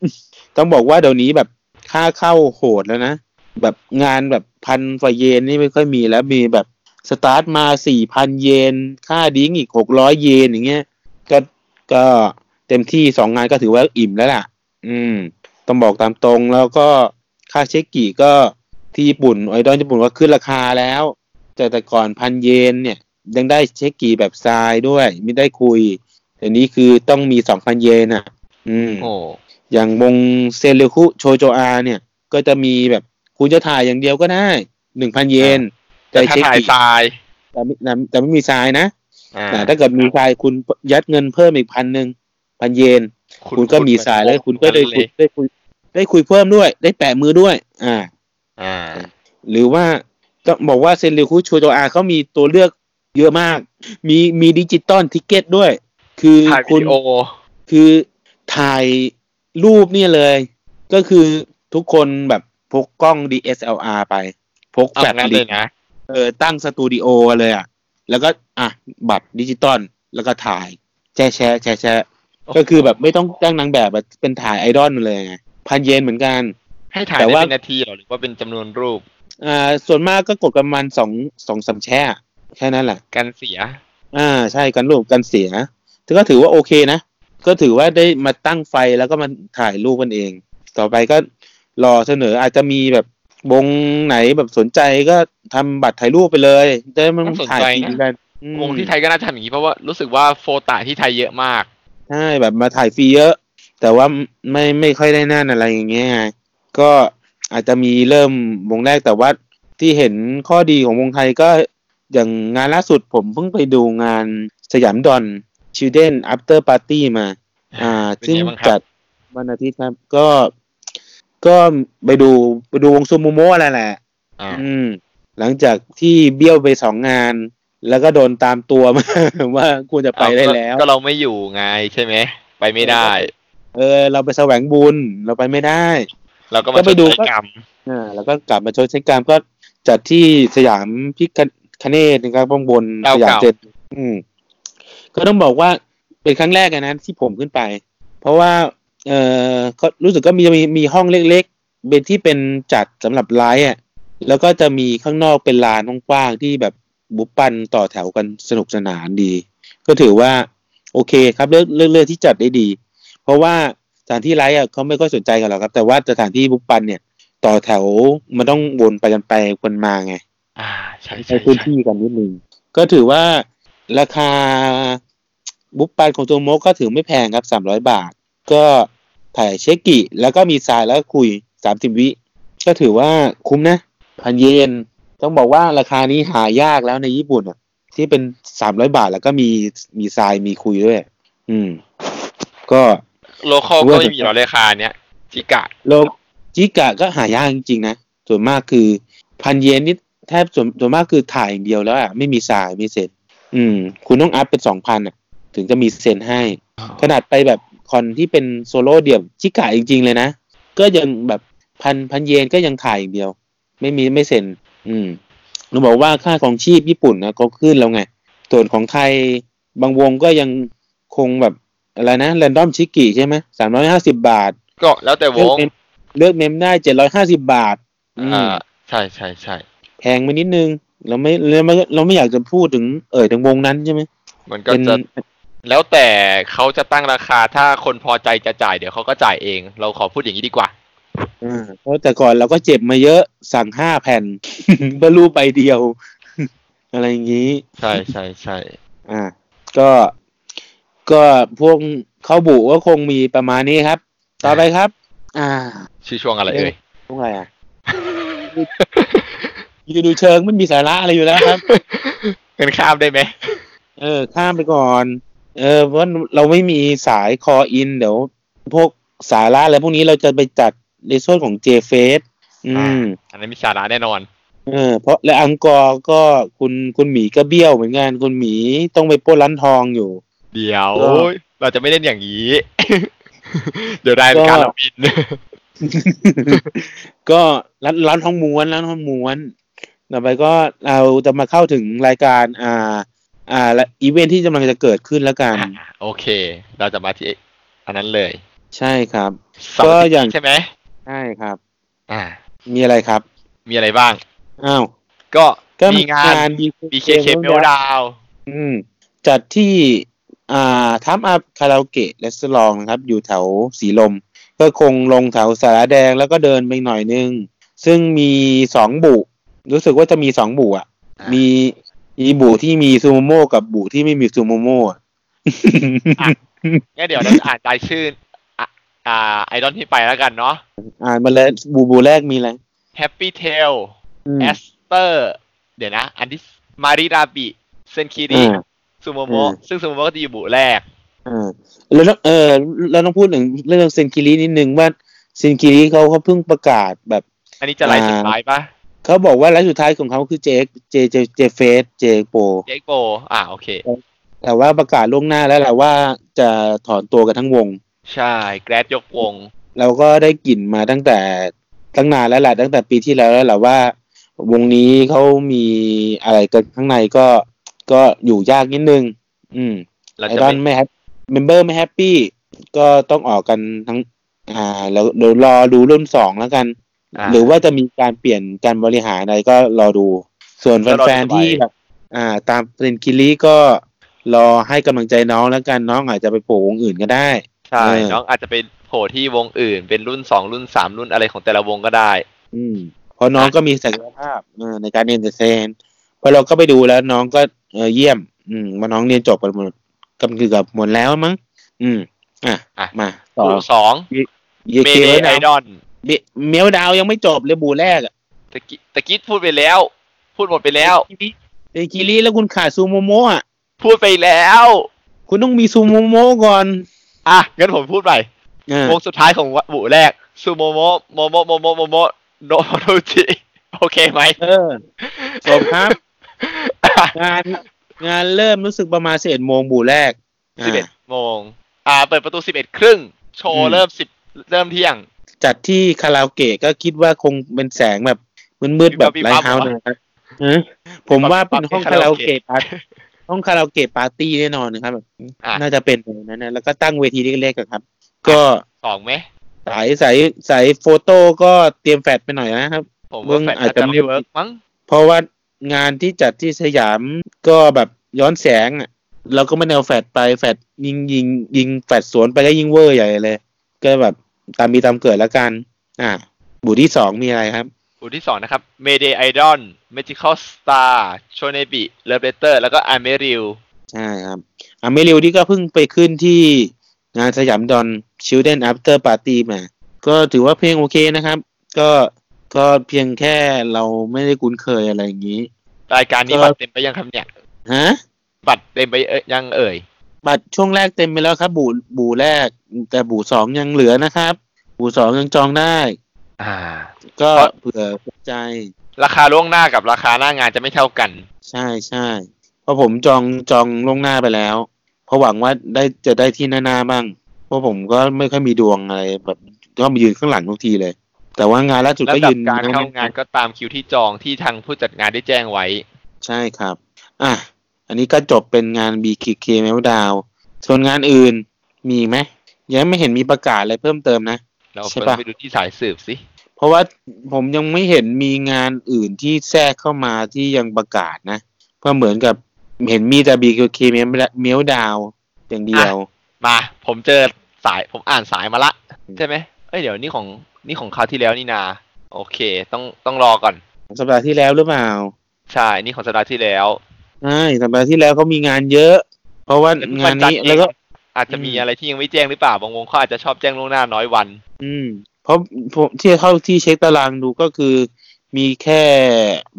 Speaker 1: ต้องบอกว่าเดี๋ยวนี้แบบค่าเข้าโหดแล้วนะ แบบงานแบบพันฝ่าเยนนี่ไม่ค่อยมีแล้วมีแบบสตาร์ทมาสี่พันเยน ค่าดิ้งอีกหกร้อยเยนอย่างเงี้ยก็ก็เต็มที่สองงานก็ถือว่าอิ่มแล้วล่ะ อืม ต้องบอกตามตรงแล้วก็ค่าเช็คกี่ก็ที่ญี่ปุ่นไอดอลญี่ปุ่นก็ขึ้นราคาแล้ว แต่แต่ก่อนพันเยนเนี่ย ยังได้เช็คกี่แบบทรายด้วย ไม่ได้คุยแต่นี้คือต้องมีสองพันเยนอ่ะ อืม
Speaker 2: โอ้
Speaker 1: อย่างวงเซนเรคุโชโจอาเนี่ย ก็จะมีแบบคุณจะถ่ายอย่างเดียวก็ได้หนึ่งพันเยน
Speaker 2: แต่ถ้าถ่ายทราย
Speaker 1: แต่ไม่แต่ไม่แต่ไม่มีทรายนะ
Speaker 2: อ่า
Speaker 1: แต่ถ้าเกิดมีทรายคุณยัดเงินเพิ่มอีกพันหนึ่งพันเยน คุณก็มีสายแล้วคุณก็ได้คุยได้คุยได้คุยเพิ่มด้วย ได้แปะมือด้วย อ่า
Speaker 2: อ่า
Speaker 1: หรือว่าต้องบอกว่าเซนริคุชูโจอาเขามีตัวเลือกเยอะมาก มีมีดิจิตอลทิกเก็ตด้วย คือ
Speaker 2: ถ่ายวิ
Speaker 1: คุณ
Speaker 2: ดีโอ
Speaker 1: คือถ่ายรูปเนี่ยเลย ก็คือทุกคนแบบพกกล้อง DSLR ไป พก
Speaker 2: เอา
Speaker 1: แฟลช
Speaker 2: งั้น
Speaker 1: ดิ
Speaker 2: เล
Speaker 1: ส
Speaker 2: ย
Speaker 1: ก์
Speaker 2: นะ
Speaker 1: เออตั้งสตูดิโอเลยอ่ะ แล้วก็อ่ะบัตรดิจิตอลแล้วก็ถ่ายแชะแชะแชะแชะ ก็คือแบบไม่ต้องจ้างนางแบบอะเป็นถ่ายไอดอลเลยไงพันเยนเหมือนกัน
Speaker 2: ให้ถ่าย
Speaker 1: แต่
Speaker 2: ได้
Speaker 1: ว่า
Speaker 2: เป็นนาทีเหรอหรือว่าเป็นจำนวนรูป
Speaker 1: อ่าส่วนมากก็กดประมาณสองสองสามแช่อะแค่นั้นแหละ
Speaker 2: กันเสีย
Speaker 1: อ่าใช่กันรูปกันเสียถือก็ถือว่าโอเคนะ ก็ถือว่าได้มาตั้งไฟแล้วก็มาถ่ายรูปกันเอง ต่อไปก็รอเสนออาจจะมีแบบวงไหนแบบสนใจก็ทำบัตรถ่ายรูปไปเลยได้มัน
Speaker 2: ต้องสน
Speaker 1: ถ่าย
Speaker 2: ใจ
Speaker 1: ฟรี
Speaker 2: นะ
Speaker 1: กันอืม
Speaker 2: วงที่ไทยก็น่าจะทำอย่างนี้เพราะว่ารู้สึกว่าโฟตาที่ไทยเยอะมาก
Speaker 1: ใช่แบบมาถ่ายฟรีเยอะ แต่ว่าไม่ไม่ค่อยได้นั่นอะไรอย่างเงี้ยไงก็อาจจะมีเริ่มวงแรกแต่ว่าที่เห็นข้อดีของวงไทยก็อย่างงานล่าสุดผมเพิ่งไปดูงานสยามดอน Children After Party มา อ่า
Speaker 2: เป็น
Speaker 1: ซึ่ง
Speaker 2: ไงบ้างครับ
Speaker 1: จัดวันอาทิตย์ครับก็ก็ไปดูไปดูวงซูโมโมะอะไรแหละ
Speaker 2: อ่า
Speaker 1: อืม หลังจากที่เบี้ยวไปสองงาน แล้วก็โดนตามตัว มา ว่าควรจะไปได้แล้ว
Speaker 2: ก็เราไม่อยู่ไงใช่ไหมไปไม่ได้
Speaker 1: เออ เราไปแสวงบุญเราไปไม่ได้
Speaker 2: เราก็
Speaker 1: ก็
Speaker 2: มา
Speaker 1: ไปดู
Speaker 2: ชดใช้กรรม
Speaker 1: อ่าแล้วก็กลับมาชดใช้กรรมก็จัดที่สยามพิคคเนตนะครับข้างบนสยามเจ็ดอืม ก็ต้องบอกว่าเป็นครั้งแรกอะนะที่ผมขึ้นไป เพราะว่า เออก็รู้สึกก็มีมีมีห้องเล็กๆเป็นที่เป็นจัดสำหรับไลฟ์อ่ะแล้วก็จะมีข้างนอกเป็นลานกว้างๆที่แบบบุปปันต่อแถวกันสนุกสนานดี ก็ถือว่า โอเคครับเลือกเลือกเลือกที่จัดได้ดี เพราะว่าสถานที่ไลฟ์อ่ะเขาไม่ค่อยสนใจกันหรอกครับ แต่ว่าสถานที่บุปปันเนี่ย ต่อแถวมันต้องวนไปกันไปวนมาไง
Speaker 2: อ่าใช่
Speaker 1: ใน
Speaker 2: ใช่
Speaker 1: พื้น
Speaker 2: ใช่
Speaker 1: ที่กันนิดนึง ก็ถือว่าราคาบุ๊ปปันของตัวโมกก็ถือไม่แพงครับสามร้อยบาท ก็ถ่ายเชคกิแล้วก็มีสายแล้วก็คุยสามสิบวิ ก็ถือว่าคุ้มนะ พันเยน ต้องบอกว่าราคานี้หายากแล้วในญี่ปุ่นอะที่เป็นสามร้อยบาทแล้วก็มีมีสายมีคุยด้วย อืม ก็
Speaker 2: โลคอลก็ไม่มีหรอราคาเนี้ยจิกะ
Speaker 1: โลจิกะก็หายากจริงๆนะ ส่วนมากคือพันเยนนี่แทบส่วนส่วนมากคือถ่ายอย่างเดียวแล้วอ่ะไม่มีสายไม่เซ็นอืม คุณต้องอัพเป็นสองพันอ่ะ ถึงจะมีเซ็นให้ ขนาดไปแบบคอนที่เป็นโซโล่เดี่ยวจิกะจริงๆเลยนะ ก็ยังแบบพันพันเยนก็ยังถ่ายอย่างเดียว ไม่มีไม่เซ็นอืมหนูบอกว่าค่าของชีพญี่ปุ่นนะก็ขึ้นแล้วไง ส่วนของไทยบางวงก็ยังคงแบบอะไรนะแรนดอมชิกิใช่ไหมสามร้อยห้าสิบบาท
Speaker 2: ก็แล้วแต่ว
Speaker 1: เลือก
Speaker 2: ง
Speaker 1: เมมเลือกเมมได้เจ็ดร้อยห้าสิบบาทอืม
Speaker 2: อ่าใช่ใช่ใช่
Speaker 1: แพงไปนิดนึง เราไม่เราไม่เราไม่อยากจะพูดถึงเอ่ยถึงวงนั้นใช่ไหม
Speaker 2: มันก็
Speaker 1: เป็น
Speaker 2: จะ แล้วแต่เขาจะตั้งราคาถ้าคนพอใจจะจ่ายเดี๋ยวเขาก็จ่ายเอง เราขอพูดอย่างนี้ดีกว่า
Speaker 1: อ่าเพราะแต่ก่อนเราก็เจ็บมาเยอะสั่งห้าแผ่น เพื่อรูปใบเดียว อะไรอย่างนี้
Speaker 2: ใช่ใช่ใช่
Speaker 1: อ่า ก็ก็พวกเข้าบุก็คงมีประมาณนี้ครับ ต่อไปครับ อ่า
Speaker 2: ชื่อช่วงอะไรเอ่ย
Speaker 1: พวกอะไร อ่ะอยู่ดูเชิงมันมีสาระอะไรอยู่แล้วครับ
Speaker 2: เป็นข้ามได้ไหม
Speaker 1: เออ ข้ามไปก่อน เออ เพราะเราไม่มีสายคออิน เดี๋ยว พวกสาระอะไรพวกนี้เราจะไปจัดในส่วนของเจเฟสอืม
Speaker 2: อันนั้นมีสาระแน่นอน
Speaker 1: เออ เพราะและอังกอร์ก็คุณคุณหมีก็เบี้ยวเหมือนกัน คุณหมีต้องไปปล้นร้านทองอยู่
Speaker 2: เดี๋ยว
Speaker 1: ก็
Speaker 2: เราจะไม่เล่นอย่างนี้ เดี๋ยวได้เป็น
Speaker 1: ก็
Speaker 2: การลบบิน
Speaker 1: ก็ร้านร้านทองม้วนร้านทองม้วน ต่อไปก็เราจะมาเข้าถึงรายการอ่า อ่าและอีเวนท์ที่กำลังจะเกิดขึ้นแล้วกัน
Speaker 2: โอเค เราจะมาที่อันนั้นเลย
Speaker 1: ใช่ครับ
Speaker 2: เสร์ทิต
Speaker 1: ก็อย่าง
Speaker 2: ใช่ไหม
Speaker 1: ใช่ครับ
Speaker 2: อ่า
Speaker 1: มีอะไรครับ
Speaker 2: มีอะไรบ้าง
Speaker 1: อ้าว
Speaker 2: ก็
Speaker 1: ก็
Speaker 2: มีงาน BKK m e l t d o w n
Speaker 1: อืม จัดที่ อ่าทัมอัพคาราโอเกะและสลองนะครับ อยู่แถวสีลม ก็คงลงแถวสารแดงแล้วก็เดินไปหน่อยนึง ซึ่งมีสองบุ รู้สึกว่าจะมีสองบุอ่ะ
Speaker 2: อ่ามี
Speaker 1: มีมีบุที่มีซูโมโมกับบุที่ไม่มีซูโมโมอะ
Speaker 2: งั้นเดี๋ยวเรา จะอ่านรายชื่ออ่ะอ่าไอดอลที่ไปแล้วกันเนาะ
Speaker 1: อ่านมาแล้วบูบูแรกมีอะไร
Speaker 2: Happy Tail
Speaker 1: อืม
Speaker 2: แอสเตอร์ เดี๋ยวนะ อันที่มาริราบิเซนคิ
Speaker 1: อื
Speaker 2: ริ
Speaker 1: ม
Speaker 2: ซูโม
Speaker 1: อื
Speaker 2: โมะ
Speaker 1: ม
Speaker 2: ซึ่งซูโมโมะก็จะอยู่บุแรก
Speaker 1: อ่าแล้วต้องเออเราต้องพูดถึงเรื่องเซนกิรินิดนึงว่าเซนกิริเขาเขาเพิ่งประกาศแบบ
Speaker 2: อันนี้จะไล่สุด
Speaker 1: อ่า
Speaker 2: ท้ายปะ
Speaker 1: เขาบอกว่าไลฟ์สุดท้ายของเขาคือเจเจเจเจเฟสเจโป
Speaker 2: เอ็กโปอ่าโอเค
Speaker 1: แต่ว่าประกาศล่วงหน้าแล้วแหละว่าจะถอนตัวกันทั้งวง
Speaker 2: ใช่แกรดยกวง
Speaker 1: เราก็ได้กลิ่นมาตั้งแต่ตั้งนานแล้วแหละตั้งแต่ปีที่แล้วแล้วแหละว่า วงนี้เขามีอะไรกันข้างในก็ก็อยู่ยากนิดนึง อืม
Speaker 2: เรา
Speaker 1: ไอ
Speaker 2: จะ
Speaker 1: รอ
Speaker 2: ไม่
Speaker 1: นไม่แฮปเมมเบอร์ไม่แฮปปี้ก็ต้องออกกันทั้ง อ่าแล้วเดี๋ยวรอดูรุ่นสองแล้วกัน
Speaker 2: อ่า
Speaker 1: หรือว่าจะมีการเปลี่ยนการบริหารอะไรก็รอดู ส่วน
Speaker 2: ก็รอดู
Speaker 1: แฟนๆ
Speaker 2: ไป
Speaker 1: ที่แบบอ่า ตามเทรนคิลีก็รอให้กำลังใจน้องแล้วกันน้องอาจจะไปโผล่วงอื่นก็ได้
Speaker 2: ใช่
Speaker 1: เออ
Speaker 2: น้องอาจจะไปโผล่ที่วงอื่น เป็นรุ่นสองรุ่นสามรุ่นอะไรของแต่ละวงก็ได้
Speaker 1: อืมเพราะน้องก็มีศักยภาพเออในการเอนเตอร์เทนเพราะเราก็ไปดูแล้วน้องก็เออเยี่ยม อืมมาน้องเรียนจบกันหมดกันเกือบหมดแล้วมั้งอืม อ่ะ
Speaker 2: อ่ะ
Speaker 1: มาต่อ
Speaker 2: วงสอง
Speaker 1: เย
Speaker 2: เม
Speaker 1: เค
Speaker 2: เด
Speaker 1: ไว้
Speaker 2: ไอ
Speaker 1: นะ
Speaker 2: ดอน
Speaker 1: เมียวดาวยังไม่จบเลยบูแรกอะ
Speaker 2: ตะกี้ตะกี้พูดไปแล้ว พูดหมดไปแล้ว
Speaker 1: เดนกิริแล้วคุณขาดซูโมโมะอ่ะ
Speaker 2: พูดไปแล้ว
Speaker 1: คุณต้องมีซูโมโมะก่อน
Speaker 2: อ่ะงั้นผมพูดไป
Speaker 1: อ่าว
Speaker 2: งสุดท้ายของบุแรกซูโมโมะโมโมโมโมโมโมโนโนจิ โอเคไหม
Speaker 1: เออจบครับ งานงานเริ่มรู้สึกประมาณสิบเอ็ดโมงบูแรก
Speaker 2: สิบเอ็ด
Speaker 1: อ่า
Speaker 2: โมงอ่า เปิดประตูสิบเอ็ดครึ่งโช
Speaker 1: อื
Speaker 2: ว์
Speaker 1: ม
Speaker 2: เริ่มสิบเริ่มเที่ยง
Speaker 1: จัดที่คาราโอเกะก็คิดว่าคงเป็นแสงแบบมืดๆแบบ
Speaker 2: มี
Speaker 1: ไล
Speaker 2: ปั๊บ
Speaker 1: ท์เฮาส์
Speaker 2: มี
Speaker 1: นะครั
Speaker 2: ปั๊บ
Speaker 1: บเออผมว่าเป็นห้องคาราโอ
Speaker 2: มี
Speaker 1: เกะปา
Speaker 2: ปั๊บ
Speaker 1: ร์ตี้ห้องคาราโอเกะปาร์ตี้แน่นอนนะครับแบบ
Speaker 2: อ่ะ
Speaker 1: น่าจะเป็นแบบนั้นนะแล้วก็ตั้งเวทีเล็กๆอะครับ ก็
Speaker 2: สองไหม
Speaker 1: สายสายสายโฟโต้ก็เตรียมแฟลชไปหน่อยนะครับ
Speaker 2: ผม
Speaker 1: มึ
Speaker 2: ว่าง แฟน
Speaker 1: อา
Speaker 2: อา
Speaker 1: จ
Speaker 2: จ
Speaker 1: จะ
Speaker 2: จะ
Speaker 1: ไม่
Speaker 2: ไม่เวิร์กมั้ง
Speaker 1: เพราะว่างานที่จัดที่สยามก็แบบย้อนแสงอะเราก็ไม่แนวแฟดไปแฟดยิงยิงยิงแฟดสวนไปก็ยิงเวอร์ใหญ่เลย ก็แบบตามมีตามเกิดแล้วกัน อ่า บูทที่สองมีอะไรครับ
Speaker 2: บูที่สองนะครับเมเดไอดอนเมจิคอลสตาร์โชเนบิเลเบเตอร์แล้วก็อเมริล
Speaker 1: ใช่ครับอ่าเมริวนี่ก็เพิ่งไปขึ้นที่งานสยามดอนชิลเดนอั t เตอร์ปาร์ตี้มา ก็ถือว่าเพลงโอเคนะครับ ก็ก็เพียงแค่เราไม่ได้คุ้นเคยอะไรอย่างนี้
Speaker 2: รายการนี้
Speaker 1: ก็
Speaker 2: บัตรเต็มไปยังครับเนี่ย
Speaker 1: ฮะ
Speaker 2: บัตรเต็มไปเอ่ยยังเอ่ย
Speaker 1: บัตรช่วงแรกเต็มไปแล้วครับ บูบูแรก แต่บูสองยังเหลือนะครับ บูสองยังจองได้
Speaker 2: อ่า
Speaker 1: ก็
Speaker 2: เพราะ
Speaker 1: เผื่อสนใจ
Speaker 2: ราคาล่วงหน้ากับราคาหน้างานจะไม่เท่ากัน
Speaker 1: ใช่ใช่เพราะผมจองจองล่วงหน้าไปแล้ว เพราะหวังว่าได้จะได้ที่หน้าๆบ้าง เพราะผมก็ไม่ค่อยมีดวงอะไรแบบก็มายืนข้างหลังทุกทีเลย แต่ว่างานล่าสุด
Speaker 2: ระ
Speaker 1: ก็
Speaker 2: ดั
Speaker 1: ยื
Speaker 2: บ
Speaker 1: น
Speaker 2: การเข้างานก็ตามคิวที่จองที่ทางผู้จัดงานได้แจ้งไว้
Speaker 1: ใช่ครับ อ่ะ อันนี้ก็จบเป็นงาน BKK m e l t d o w n ส่วนงานอื่นมีไหมยังไม่เห็นมีประกาศอะไรเพิ่มเติมนะ
Speaker 2: เรา
Speaker 1: ใช่
Speaker 2: เพิ่
Speaker 1: ปะ
Speaker 2: งไปดูที่สายสืบสิ
Speaker 1: เพราะว่าผมยังไม่เห็นมีงานอื่นที่แทรกเข้ามาที่ยังประกาศนะ เพราะเหมือนกับเห็นมีแต่ BQK เมลดาวอย่างเดียว
Speaker 2: มา ผมเจอสายผมอ่านสายมาละ ใช่ไหมเอ้ยเดี๋ยวนี่ของนี่ของคราวที่แล้วนี่นา โอเค ต้องต้องรอก่อน
Speaker 1: สัปดาห์ที่แล้วหรือเปล่า
Speaker 2: ใช่ นี่ของสัปดาห์ที่แล้ว
Speaker 1: ใช่สัปดาห์ที่แล้วเขามีงานเยอะ เพราะว่า
Speaker 2: แต่
Speaker 1: งาน
Speaker 2: จัด
Speaker 1: นี้
Speaker 2: เอง
Speaker 1: แล้วก็
Speaker 2: อาจจะมี
Speaker 1: อืม
Speaker 2: อะไรที่ยังไม่แจ้งหรือเปล่าบางวงเขาอาจจะชอบแจ้งล่วงหน้าน้อยวัน
Speaker 1: อืม เพราะผมที่เข้าที่เช็คตารางดูก็คือมีแค่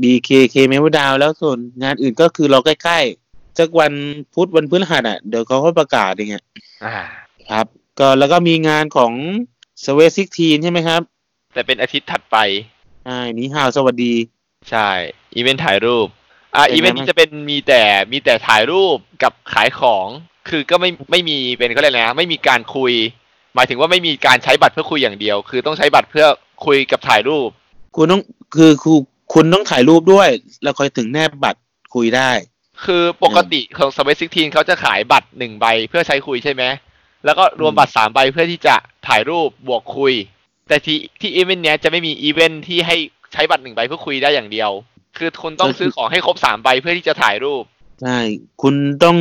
Speaker 1: BKK เมลดาวแล้วส่วนงานอื่นก็คือเราใกล้ๆสักวันพุธวันพฤหัสอ่ะเดี๋ยวเขาก็ประกาศเองอะ
Speaker 2: อ่า
Speaker 1: ครับก็แล้วก็มีงานของสเวซิกทีนใช่ไหมครับ
Speaker 2: แต่เป็นอาทิตย์ถัดไป
Speaker 1: อ่านี้ฮาวสวัสดี
Speaker 2: ใช่ อีเวนต์ถ่ายรูป อ่า
Speaker 1: เป็นไง
Speaker 2: อีเวนต์
Speaker 1: บ้าง
Speaker 2: นี้จะเป็นมีแต่ มีแต่ถ่ายรูปกับขายของ คือก็ไม่ ไม่มีเป็นก็เลยกอะไรนะ ไม่มีการคุย หมายถึงว่าไม่มีการใช้บัตรเพื่อคุยอย่างเดียว คือต้องใช้บัตรเพื่อคุยกับถ่ายรูป
Speaker 1: คุณต้องคือคือคุณต้องถ่ายรูปด้วย แล้วค่อยถึงแนบบัตรคุยได้
Speaker 2: คือปกติของสเปซซิกทีนเขาจะขายบัตรหนึ่งใบเพื่อใช้คุยใช่ไหม แล้วก็รวม
Speaker 1: อืม
Speaker 2: บัตรสามใบเพื่อที่จะถ่ายรูปบวกคุย แต่ที่ที่อีเวนต์เนี้ยจะไม่มีอีเวนต์ที่ให้ใช้บัตรหนึ่งใบเพื่อคุยได้อย่างเดียว คือคุณต้องซื้อของให้ครบสามใบเพื่อที่จะถ่ายรูป
Speaker 1: ใช่คุณต้อง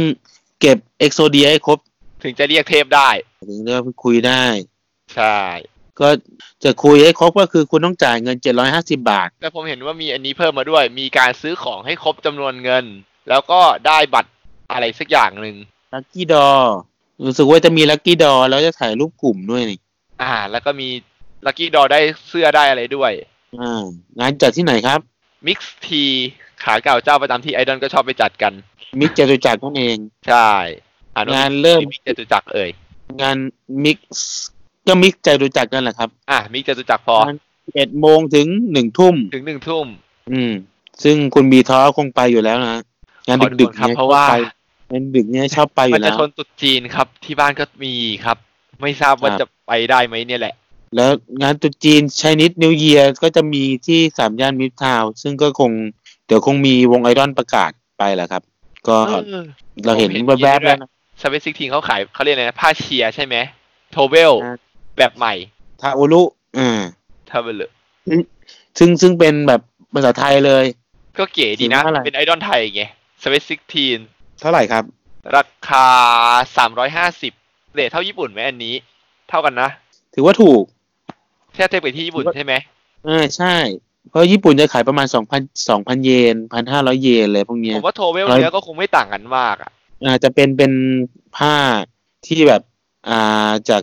Speaker 1: เก็บเอ็กโซเดียให้ครบ
Speaker 2: ถึงจะเรียกเทพได้
Speaker 1: ถึงจะคุยได้
Speaker 2: ใช่
Speaker 1: ก็จะคุยให้ครบก็คือคุณต้องจ่ายเงิน 750 บาท
Speaker 2: แต่ผมเห็นว่ามีอันนี้เพิ่มมาด้วย มีการซื้อของให้ครบจำนวนเงิน แล้วก็ได้บัตรอะไรสักอย่างหนึ่ง
Speaker 1: ลัคกี้ดอรู้สึกว่าจะมีลัคกี้ดอแล้วจะถ่ายรูปกลุ่มด้วยนี่
Speaker 2: อ่า แล้วก็มีลัคกี้ดอได้เสื้อได้อะไรด้วย
Speaker 1: อ่างานจัดที่ไหนครับ
Speaker 2: มิกซ์ทีขาเก่าเจ้าประจำที่ไอดอลก็ชอบไปจัดกัน
Speaker 1: มิกจตุจักรนั่นเอง
Speaker 2: ใช่อ่านว่าง
Speaker 1: านเริ่ม
Speaker 2: มิกจตุจักรเอ่ย
Speaker 1: งานมิกก็มิกจตุจักรนั่นแหละครับ
Speaker 2: อ่ะมิกจตุจักรพอ
Speaker 1: ตอน เอ็ดโมงถึงหนึ่งทุ่ม
Speaker 2: ถึงหนึ่งทุ่ม
Speaker 1: อืม ซึ่งคุณบีท้อคงไปอยู่แล้วนะงาน
Speaker 2: ขอ
Speaker 1: ดึกๆ
Speaker 2: ทุครับ
Speaker 1: นี่ย
Speaker 2: เพราะว่า
Speaker 1: ชอบไปงานดึกเนี่ยชอบไปอ
Speaker 2: มัน
Speaker 1: ยู่
Speaker 2: จะ
Speaker 1: แล้ว
Speaker 2: ชนตรุดจีนครับ ที่บ้านก็มีครับ ไม่ทราบว่า
Speaker 1: ครับ
Speaker 2: จะไปได้ไหมเนี่ยแหละ
Speaker 1: แล้วงานตรุษจีนช i นิดนิวเยียก็จะมีที่สามย่านมิตรทาวน์ซึ่งก็คง เดี๋ยวคงมีวงไอดอลประกาศไปแหละครับ ก็
Speaker 2: เออ
Speaker 1: เราเห็น
Speaker 2: ผมเห็น
Speaker 1: แวบๆ
Speaker 2: ด้วย
Speaker 1: แล้วนะ
Speaker 2: สเปซิกทีนเขาขายเขาเรียกอะไรนะผ้าเชียร์ใช่ไหมโทเวล
Speaker 1: ครับ
Speaker 2: แบบใหม่
Speaker 1: ทาโอรุอ่า
Speaker 2: ถ้าไปเลย
Speaker 1: ซึ่งซึ่งเป็นแบบภาษาไทยเลย
Speaker 2: ก็เก๋ดีนะ
Speaker 1: ถึงเท่าไหร่
Speaker 2: เป็นไอดอลไทยไงสเปซซิกทีน
Speaker 1: เท่าไหร่ครับ
Speaker 2: ราคาสามร้อยห้าสิบเรทเท่าญี่ปุ่นไหมอันนี้ เท่ากันนะ
Speaker 1: ถือว่าถูก
Speaker 2: แค่เทียบกับที่ญี่ปุ่นใช่ไหม
Speaker 1: เอ่าใช่ เพราะญี่ปุ่นจะขายประมาณสองพันสองพันเยนพันห้าร้อยเยนเลยพวกเนี้
Speaker 2: ผ
Speaker 1: ย
Speaker 2: มว่าโทเวล
Speaker 1: ร้อย
Speaker 2: เนื้อก็คงไม่ต่างกันมากอ่ะ
Speaker 1: อาจจะเป็นเป็นผ้าที่แบบ อ่าจาก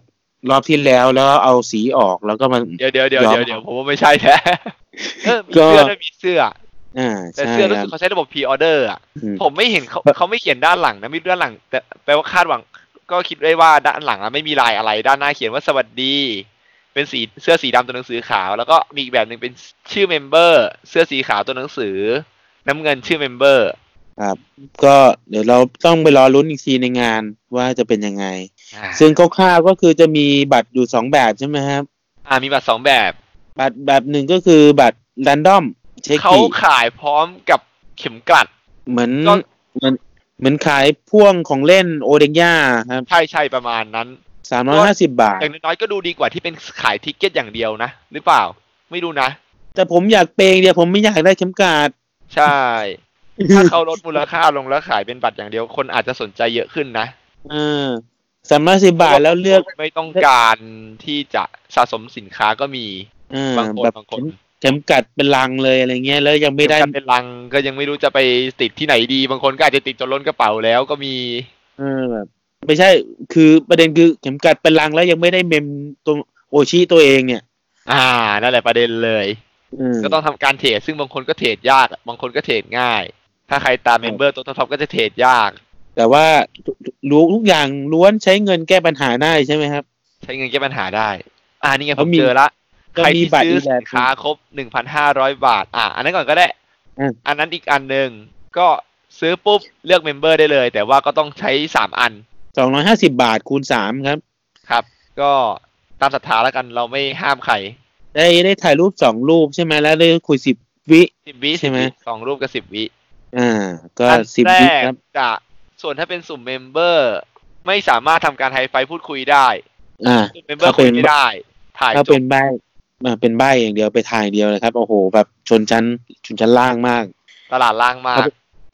Speaker 1: รอบที่แล้วแล้วเอาสีออกแล้วก็มัน
Speaker 2: เดี๋ยวเดี๋ยวเดี๋ยวย
Speaker 1: อม
Speaker 2: เดี๋ยวเดี๋ยวผมว่าไม่ใช่แท้เออมี
Speaker 1: ก็
Speaker 2: เสื้อด้วยมีเสื้อ
Speaker 1: อ่า
Speaker 2: แต่
Speaker 1: ใช่
Speaker 2: เสื้อรู้
Speaker 1: ครั
Speaker 2: สึ
Speaker 1: บ
Speaker 2: กเขาใช้ระบบพ r ออเดอร์อ่ะ
Speaker 1: อืม
Speaker 2: ผมไม่เห็นเขา
Speaker 1: ครับ
Speaker 2: เขาไม่เขียนด้านหลังนะไม่รู้ด้านหลัง แต่แปลว่าคาดหวังก็คิดได้ว่าด้านหลังอะไม่มีลายอะไร ด้านหน้าเขียนว่าสวัสดี เป็นสีเสื้อสีดำตัวหนังสือขาว แล้วก็มีอีกแบบหนึ่งเป็นชื่อเมมเบอร์ เสื้อสีขาวตัวหนังสือ น้ำเงินชื่อเมมเบอร์
Speaker 1: ก็เดี๋ยวเราต้องไปรอลุ้นอีกทีในงานว่าจะเป็นยังไง ซึ่งคร่าวๆก็คือจะมีบัตรอยู่สองแบบใช่ไหมครับ
Speaker 2: อ่ามีบัตรสองแบบ
Speaker 1: บัตรแบบหนึ่งก็คือบัตร r ันดอมเช็ค
Speaker 2: เขา
Speaker 1: กิ
Speaker 2: ขายพร้อมกับเข็มกลัด
Speaker 1: เหมือน
Speaker 2: ก็
Speaker 1: เหมือนเหมือนขายพ่วงของเล่นโอเดงย่าครับ
Speaker 2: ใช่ใช่ประมาณนั้น
Speaker 1: สามร้อยห้าสิบาท
Speaker 2: อย่างน้อยๆก็ดูดีกว่าที่เป็นขายทิกเก็ตอย่างเดียวนะ หรือเปล่า ไม่รู้นะ
Speaker 1: แต่ผมอยากเปย์อย่างเดียวผมไม่อยากได้เข็มกลั ด
Speaker 2: ใช่ ถ้าเขาลดมูลค่าลงแล้วขายเป็นบัตรอย่างเดียว คนอาจจะสนใจเยอะขึ้นนะ
Speaker 1: เออสามร้อยสิบาทแล้วเลือก
Speaker 2: ไม่ต้องการที่จะสะสมสินค้าก็มี
Speaker 1: เออบ
Speaker 2: างคน
Speaker 1: แบบ
Speaker 2: บางคน
Speaker 1: เข็มเข็มกลัดเป็นลังเลยอะไรเงี้ยแล้วยังไม่ได้
Speaker 2: กันเป็นลังก็ยังไม่รู้จะไปติดที่ไหนดี บางคนก็อาจจะติดจนล้นกระเป๋าแล้วก็มี
Speaker 1: เออแบบไม่ใช่คือประเด็นคือเข็มกลัดเป็นลังแล้วยังไม่ได้เมมตัวโอชิตัวเองเนี่ย
Speaker 2: อ่านั่นแหละประเด็นเลย
Speaker 1: เออ
Speaker 2: ก็ต้องทำการเทรดซึ่งบางคนก็เทรดยากอะบางคนก็เทรดง่าย ถ้าใครตามเมมเบอร์ตัวท็อปๆก็จะเทรดยาก
Speaker 1: แต่ว่าทุกรู้ทุกอย่างล้วนใช้เงินแก้ปัญหาได้ใช่ไหมครับ
Speaker 2: ใช้เงินแก้ปัญหาได้ อ่านี่ไงผ
Speaker 1: เขา
Speaker 2: ม
Speaker 1: มี
Speaker 2: เจอละ
Speaker 1: ก็
Speaker 2: ใคร
Speaker 1: มี
Speaker 2: ที่
Speaker 1: บัตร
Speaker 2: ซื้อ
Speaker 1: อีกแบ
Speaker 2: สิ
Speaker 1: บ
Speaker 2: นค้าครบหนึ่งพันห้าร้อยบาท อ่ะ อันนั้นก่อนก็ได้
Speaker 1: อืม
Speaker 2: อันนั้นอีกอันหนึ่งก็ซื้อปุ๊บเลือกเมมเบอร์ได้เลย แต่ว่าก็ต้องใช้สามอัน
Speaker 1: สองร้อยห้าสิบาทคูณสามครับ
Speaker 2: ครับ ก็ตามศรัทธาแล้วกันเราไม่ห้ามใคร
Speaker 1: ได้ได้ถ่ายรูปสองรูปใช่ไหมแล้วได้คุยสิบวิ
Speaker 2: สิบวิ
Speaker 1: ใช่ไหม
Speaker 2: 10วิสองรูปกับสิบวิ
Speaker 1: อ่า ก็
Speaker 2: อั
Speaker 1: สิบ
Speaker 2: แร
Speaker 1: วิ
Speaker 2: ก
Speaker 1: ครับ
Speaker 2: จะส่วนถ้าเป็นสุ่มเมมเบอร์ ไม่สามารถทำการไฮไฟพูดคุยได้
Speaker 1: อ่า
Speaker 2: สุ่มเมมเบอร์คุยไม่ได้ ถ่าย
Speaker 1: ถ้า
Speaker 2: จ
Speaker 1: เป็
Speaker 2: บ
Speaker 1: นใบมาเป็นใบอย่างเดียวไปถ่ายอย่างเดียวเลยครับ โอ้โห แบบชนชั้นชนชั้นล่างมาก
Speaker 2: ตลาดล่างมาก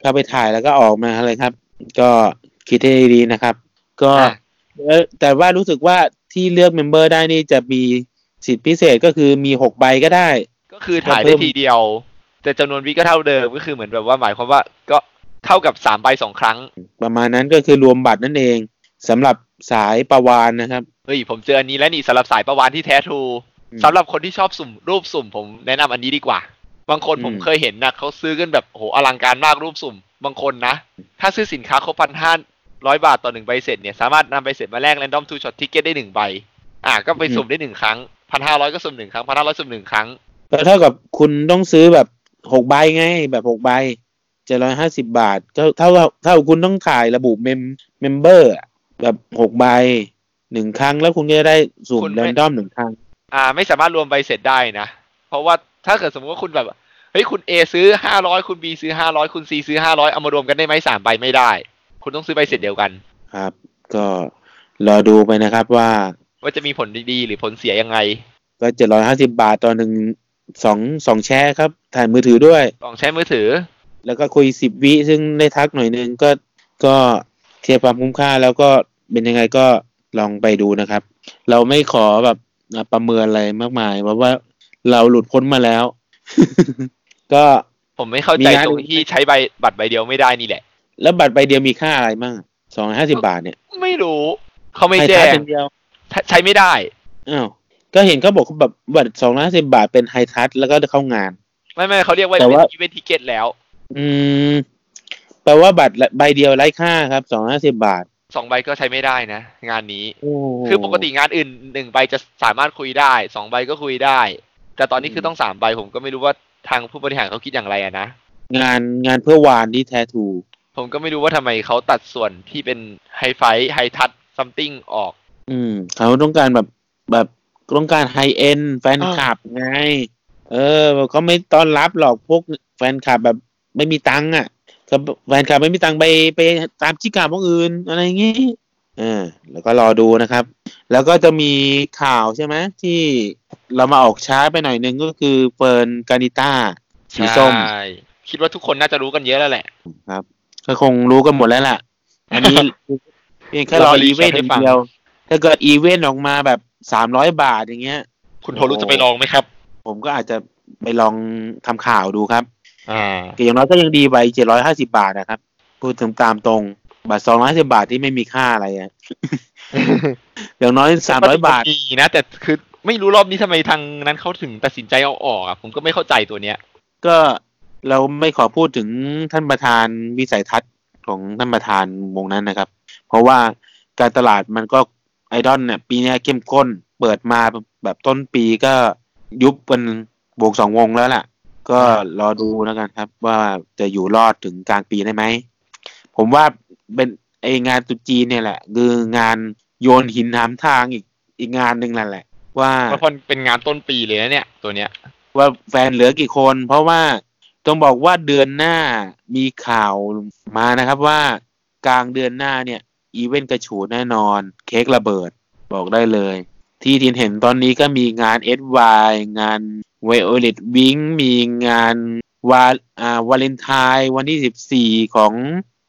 Speaker 1: ถ้าไปถ่ายแล้วก็ออกมาเลยครับ ก็คิดให้ดีๆนะครับ ก็
Speaker 2: อ่ะ
Speaker 1: เอ่อแต่ว่ารู้สึกว่าที่เลือกเมมเบอร์ได้นี่จะมีสิทธิพิเศษก็คือมีหกใบก็ได้
Speaker 2: ก็คือถ่ายได้ทีเดียว แต่จำนวนวิก็เท่าเดิมก็คือเหมือนแบบว่าหมายความว่าก็เท่ากับสามใบสองครั้ง
Speaker 1: ประมาณนั้นก็คือรวมบัตรนั่นเองสำหรับสายประวานนะครับ
Speaker 2: เฮ้ยผมเจออันนี้แล้วนี่สำหรับสายประวานที่แท้ทรู
Speaker 1: อืม
Speaker 2: สำหรับคนที่ชอบสุ่มรูปสุ่ม ผมแนะนำอันนี้ดีกว่า บางคน
Speaker 1: อืม
Speaker 2: ผมเคยเห็นนะเขาซื้อกันแบบโหอลังการมากรูปสุ่ม บางคนนะ ถ้าซื้อสินค้าครบพันห้าร้อยบาทต่อหนึ่งใบเสร็จเนี่ย สามารถนำใบเสร็จมาแลก r รนดอมทูช็อตทิเก็ตได้หนึ่งใบ อ่ะก็ไปสุ่มได้หนึ่งครั้งพันห้าร้อยก็สุ่มหนึ่งครั้งพันห้าร้อยสุ่มหนึ่งครั้ง
Speaker 1: ก็เท่ากับคุณต้องซื้อแบบหกใบไง แบบหกใบเจ็ดร้อยห้าสิบาท ก็เท่ากับเท่ากับคุณต้องถ่ายระบุเมมเมมเบอร์แบบหกใบหนึ่งครั้งแล้วคุณก็จะได้สุ่ม
Speaker 2: คุณไม่
Speaker 1: แรนดอมหนึ่งครั้ง
Speaker 2: อ่าไม่สามารถรวมใบเสร็จได้นะ เพราะว่าถ้าเกิดสมมติว่าคุณแบบเฮ้ยคุณ A ซื้อห้าร้อยคุณ B ซื้อห้าร้อยคุณ C ซื้อห้าร้อยเอามารวมกันได้ไหมสามใบไม่ได้ คุณต้องซื้อใบเสร็จเดียวกัน
Speaker 1: ครับ ก็รอดูไปนะครับว่า
Speaker 2: ว่าจะมีผลดีๆหรือผลเสียยังไง
Speaker 1: ก็เจ็ดร้อยห้าสิบาทต่อหนึ่งสองสองแชร์ครับ ถ่ายมือถือด้วย
Speaker 2: ลองใช้มือถือ
Speaker 1: แล้วก็คุยสิบวิซึ่งได้ทักหน่อยนึงก็ก็เทียบความคุ้มค่าแล้วก็เป็นยังไงก็ลองไปดูนะครับ เราไม่ขอแบบอ่ะประเมินอะไรมากมาย เพราะว่าเราหลุดพ้นมาแล้ว ก็
Speaker 2: ผมไม่เข้าใจ
Speaker 1: มีงาน
Speaker 2: ตรงที่ใช้ใบบัตรใบเดียวไม่ได้นี่แหละ
Speaker 1: แล้วบัตรใบเดียวมีค่าอะไรมั่งสองห้าสิบาทเนี่ย
Speaker 2: ไม่รู้เขาไม่
Speaker 1: ให้
Speaker 2: แจ้
Speaker 1: ทัช
Speaker 2: ง
Speaker 1: อย่างเดียว
Speaker 2: ถ้าใช้ไม่ได้
Speaker 1: อ้าวก็เห็นเขาบอกแบบบัตรสองร้อยสิบาทเป็นไฮทัชแล้วก็เข้างาน
Speaker 2: ไม่ไม่เขาเรียกว่า
Speaker 1: แต่
Speaker 2: เป็น
Speaker 1: ว่า
Speaker 2: อีเวนต์ทิเก็ตแล้ว
Speaker 1: อืมแปลว่าบัตรละใบเดียวไร้ค่าครับสองห้าสิบาท
Speaker 2: สองใบก็ใช้ไม่ได้นะ งานนี้
Speaker 1: โอ้
Speaker 2: คือปกติงานอื่นหนึ่งใบจะสามารถคุยได้สองใบก็คุยได้ แต่ตอนนี้คือต้องสามใบผมก็ไม่รู้ว่าทางผู้บริหารเขาคิดอย่างไรอะนะ
Speaker 1: งานงานเพื่อวานที่แท้ถูก
Speaker 2: ผมก็ไม่รู้ว่าทำไมเขาตัดส่วนที่เป็นไฮไฟไฮทัชซัมติงออก
Speaker 1: อืมเขาต้องการแบบแบบต้องการไฮเอ็นแฟน
Speaker 2: อ่า
Speaker 1: คลับไง เออเขาไม่ต้อนรับหรอกพวกแฟนคลับแบบไม่มีตังค์อ่ะเขาแฟนคลับไม่มีตังค์ไปไปตามชิกาพวกอื่นอะไรอย่างงี้ อ่าแล้วก็รอดูนะครับ แล้วก็จะมีข่าวใช่ไหมที่เรามาออกช้าไปหน่อยนึงก็คือเฟิร์นกานิต้าสีส้ม
Speaker 2: ใช่คิดว่าทุกคนน่าจะรู้กันเยอะแล้วแหละ
Speaker 1: ครับ ก็คงรู้กันหมดแล้วล่ะ อันนี้ เพียงแค่รออีเวนต์อย่างเดียว ถ้าเกิดอีเวนต์ออกมาแบบสามร้อยบาทอย่างเงี้ย
Speaker 2: คุณโทรุจะไปลองไหมครับ
Speaker 1: ผมก็อาจจะไปลองทำข่าวดูครับ
Speaker 2: อ่า
Speaker 1: แต่อย่างน้อยก็ยังดีไปเจ็ดร้อยห้าสิบาทนะครับ พูดถึงตามตรงบาทสองร้อยสิบาทที่ไม่มีค่าอะไรอะ อย่างน้อยสามร้อยบาท
Speaker 2: ดีนะ แต่คือไม่รู้รอบนี้ทำไมทางนั้นเขาถึงตัดสินใจเอาออกอะผมก็ไม่เข้าใจตัวเนี้ย
Speaker 1: ก็เราไม่ขอพูดถึงท่านประธานวิสัยทัศน์ของท่านประธานวงนั้นนะครับ เพราะว่าการตลาดมันก็ไอดอลเนี่ยปีเนี้ยเข้มข้นเปิดมาแบบต้นปีก็ยุบเป็นบวกสองวงแล้วล่ะ ก็รอดูแล้วกันครับ ว่าจะอยู่รอดถึงกลางปีได้ไหม ผมว่าเป็นไองานตรุษจีนเนี่ยแหละ คืองานโยนหินถามทางอีกอีกงานหนึ่งนั่นแหละ ว่า
Speaker 2: เพราะมันเป็นงานต้นปีเลยนะเนี่ย ตัวเนี้ย
Speaker 1: ว่าแฟนเหลือกี่คน เพราะว่าต้องบอกว่าเดือนหน้ามีข่าวมานะครับว่ากลางเดือนหน้าเนี่ย อีเวนต์กระฉูดแน่นอน เค้กระเบิดบอกได้เลย ที่ทีนเห็นตอนนี้ก็มีงาน s y งาน Violet Wing มีงานวาอ่าวาเลนไทน์วันที่ 14 ของ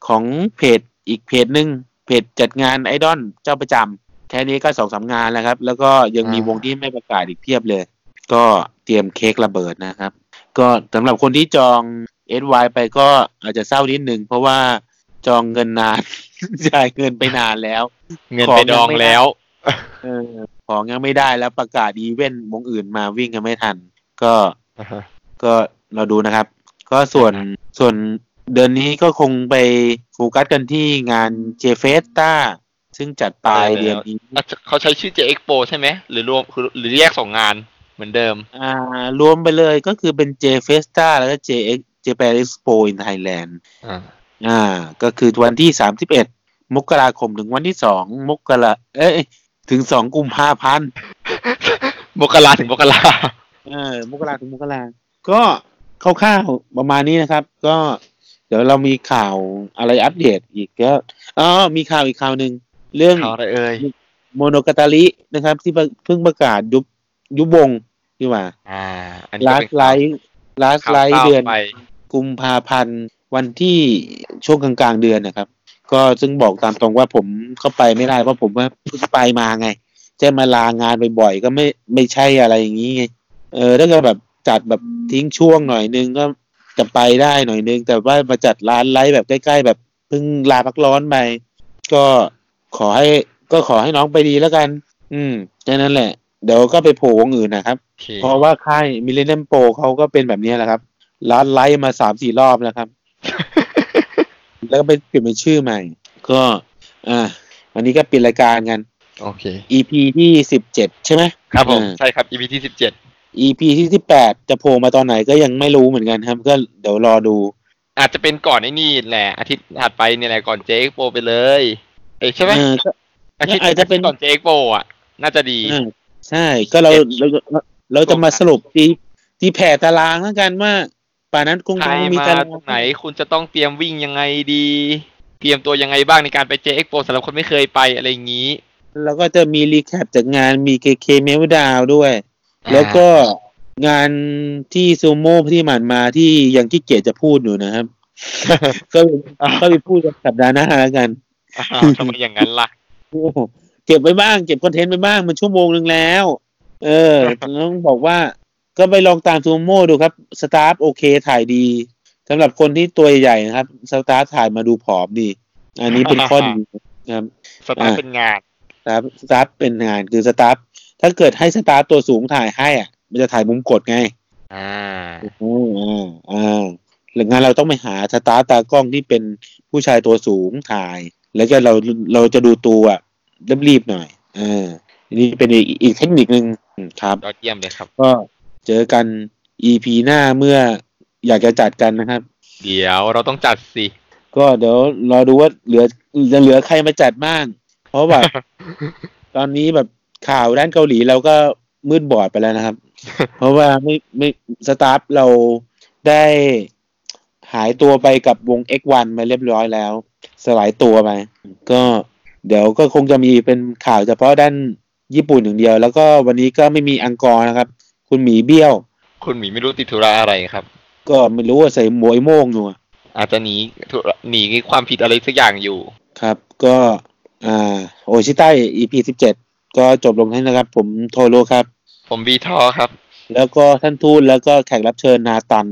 Speaker 1: ของเพจอีกเพจหนึ่งเพจจัดงานไอดอลเจ้าประจำแค่นี้ก็สองสามงานแล้วครับ แล้วก็ยังมี
Speaker 2: อ่า
Speaker 1: วงที่ไม่ประกาศอีกเพียบเลย ก็เตรียมเค้กระเบิดนะครับ ก็สำหรับคนที่จอง s y ไปก็อาจจะเศร้านิดนึงเพราะว่าจองเงินนาน จ่ายเงินไปนานแล้ว
Speaker 2: เงินไปดองแล้ว
Speaker 1: เออของยังไม่ได้แล้วประกาศอีเวนต์วงอื่นมาวิ่งกันไม่ทัน ก็ก็เราดูนะครับ ก็ส่วนส่วนเดือนนี้ก็คงไปโฟกัสกันที่งาน j f e s t a ซึ่งจัดปลาย
Speaker 2: ได้แล้ว
Speaker 1: เดือนนี้
Speaker 2: เขาใช้ชื่อ J Expo ใช่ไหมหรือรวมคือหรือแยกสองงานเหมือนเดิม
Speaker 1: อ่ารวมไปเลยก็คือเป็น j f e s t a แล้วก็ j x Japan Expo in Thailand
Speaker 2: อ่า
Speaker 1: อ่า ก็คือวันที่สามสิบเอ็ดมกราคมถึงวันที่สองมกราเอ้ยถึงสองกุมภาพันธ์
Speaker 2: มกราถึงมกรา
Speaker 1: เออมกราถึงมกราก็คร่าวๆประมาณนี้นะครับ ก็เดี๋ยวเรามีข่าวอะไรอัปเดตอีกก็อ๋อมีข่าวอีกข่าวหนึ่งเรื่อง
Speaker 2: ข่าวอะไรเอ่ย
Speaker 1: โมโนกาตาลินะครับ ที่เพิ่งประกาศยุบยุบวงนี่หว่า
Speaker 2: อ่า อันนี้
Speaker 1: ลา
Speaker 2: ก็
Speaker 1: ส
Speaker 2: เป็น
Speaker 1: ไลท์ลาส
Speaker 2: ข่าว
Speaker 1: ไลท์
Speaker 2: ศร้า
Speaker 1: เดือน
Speaker 2: ไป
Speaker 1: กุมภาพันธ์วันที่ช่วงกลางๆเดือนนะครับ ก็ซึ่งบอกตามตรงว่าผมเข้าไปไม่ได้เพราะผมว่าเพิ่งไปมาไงจะมาลางานบ่อยๆก็ไม่ไม่ใช่อะไรอย่างนี้ไงเออถ้าเกิดแบบจัดแบบทิ้งช่วงหน่อยนึงก็จะไปได้หน่อยนึง แต่ว่ามาจัดร้านไลฟ์แบบใกล้ ๆ แบบเพิ่งลาพักร้อนไปก็ขอให้ก็ขอให้น้องไปดีแล้วกัน อืมแค่นั้นแหละ เดี๋ยวก็ไปโผล่วงอื่นนะครับ
Speaker 2: โอเค
Speaker 1: เพราะว่าค่ายมิเลเนียมโปรเขาก็เป็นแบบนี้แหละครับร้านไลฟ์มาสามสี่รอบแล้วครับ แล้วก็ไปเปลี่ยนเป็นชื่อใหม่ ก็ อ่า วันนี้ก็ปิดรายการกัน
Speaker 2: โอเค
Speaker 1: EP ที่สิบเจ็ดใช่ไหม
Speaker 2: ครับผม
Speaker 1: เออ
Speaker 2: ใช่ครับ EP ที่สิบเจ็ด
Speaker 1: EP ที่สิบแปดจะโผล่มาตอนไหนก็ยังไม่รู้เหมือนกันครับ ก็เดี๋ยวรอดู
Speaker 2: อาจจะเป็นก่อนไอ้นี่แหละ อาทิตย์ถัดไปเนี่ยแหละก่อนเจ e อ็กโปไปเลย เอ้ยใช่ไหม
Speaker 1: เออก็
Speaker 2: อาทิตย์
Speaker 1: อาจจะเป็น
Speaker 2: ก่อนเจ e อ็กโปอ่ะ น่าจะดี
Speaker 1: เออใช่ ก็เราเราเราเราจะมาสรุปทีที่แผ่ตารางแล้วกันว่า ป่านั้นคง
Speaker 2: ใคร
Speaker 1: มี
Speaker 2: มา
Speaker 1: ตาราง
Speaker 2: ตรงไหนคุณจะต้องเตรียมวิ่งยังไงดี เตรียมตัวยังไงบ้างในการไปเจ e อ็กโปสำหรับคนไม่เคยไปอะไรอย่างนี้
Speaker 1: แล้วก็จะมีรีแคปจากงานมีเคเคเมลดาวด้วย แล้วก็งานที่ซูโม่ที่ผ่านมาที่ยังขี้เกียจจะพูดอยู่นะครับ ก็ก็ไปพูดกันสัปดาห์หน้าแล้วกัน
Speaker 2: อ่าทำไมอย่างนั้นล่ะ
Speaker 1: โอ้โหเก็บไว้บ้าง เก็บคอนเทนต์ไว้บ้างมันชั่วโมงหนึ่งแล้ว เออ ต้องบอกว่า ก็ไปลองตามซูโม่ดูครับ สตาฟโอเคถ่ายดีสำหรับคนที่ตัวใหญ่ๆนะครับ สตาฟถ่ายมาดูผอมดี อันนี้เป็นข้อดีนะครับ
Speaker 2: สตาร์ทเป็นงาน
Speaker 1: สตาฟสตาฟเป็นงานคือสตาฟถ้าเกิดให้สตาฟตัวสูงถ่ายให้อ่ะ มันจะถ่ายมุมกดไง
Speaker 2: อ่า
Speaker 1: อืมอ่าอ่าหรืองานเราต้องไปหาสตาร์ตากล้องที่เป็นผู้ชายตัวสูงถ่าย แล้วก็เราเราจะดูตัวรีบๆหน่อยเอ่านี่เป็นอีกอีกเทคนิคนึงอืมครับ
Speaker 2: ยอดเยี่ยมเลยครับ
Speaker 1: ก็เจอกัน EP หน้าเมื่ออยากจะจัดกันนะครับ
Speaker 2: เดี๋ยวเราต้องจัดสิ
Speaker 1: ก็เดี๋ยวรอดูว่าเหลือจะเหลือใครมาจัดบ้าง เพราะแบบ ตอนนี้แบบข่าวด้านเกาหลีเราก็มืดบอดไปแล้วนะครับ เพราะว่าไม่ไม่สตาฟเราได้หายตัวไปกับวง X1 มาเรียบร้อยแล้ว สลายตัวไปก็ เดี๋ยวก็คงจะมีเป็นข่าวเฉพาะด้านญี่ปุ่นอย่างเดียว แล้วก็วันนี้ก็ไม่มีอังกอร์นะครับ คุณหมีเบี้ยว
Speaker 2: คุณหมีไม่รู้ติดธุระอะไรครับ
Speaker 1: ก็ไม่รู้ว่าใส่หมวยโม่งอยู่อะ
Speaker 2: อาจจะหนีธุระหนีความผิดอะไรสักอย่างอยู่
Speaker 1: ครับ ก็อ่าโอชิไต้ EP สิบเจ็ดก็จบลงให้นะครับ ผมโทโรครับ
Speaker 2: ผมบีทอครับ
Speaker 1: แล้วก็ท่านทูตแล้วก็แขกรับเชิญนาตัน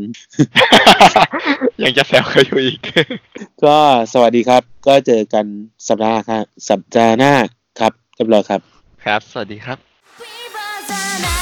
Speaker 2: ยังจะแซวเขาอยู่อีก
Speaker 1: ก็สวัสดีครับ ก็เจอกันสัปดาห์หน้าครับสัปดาห์หน้าครับเรียบร้อยครับ
Speaker 2: ครับ สวัสดีครับ
Speaker 4: We was an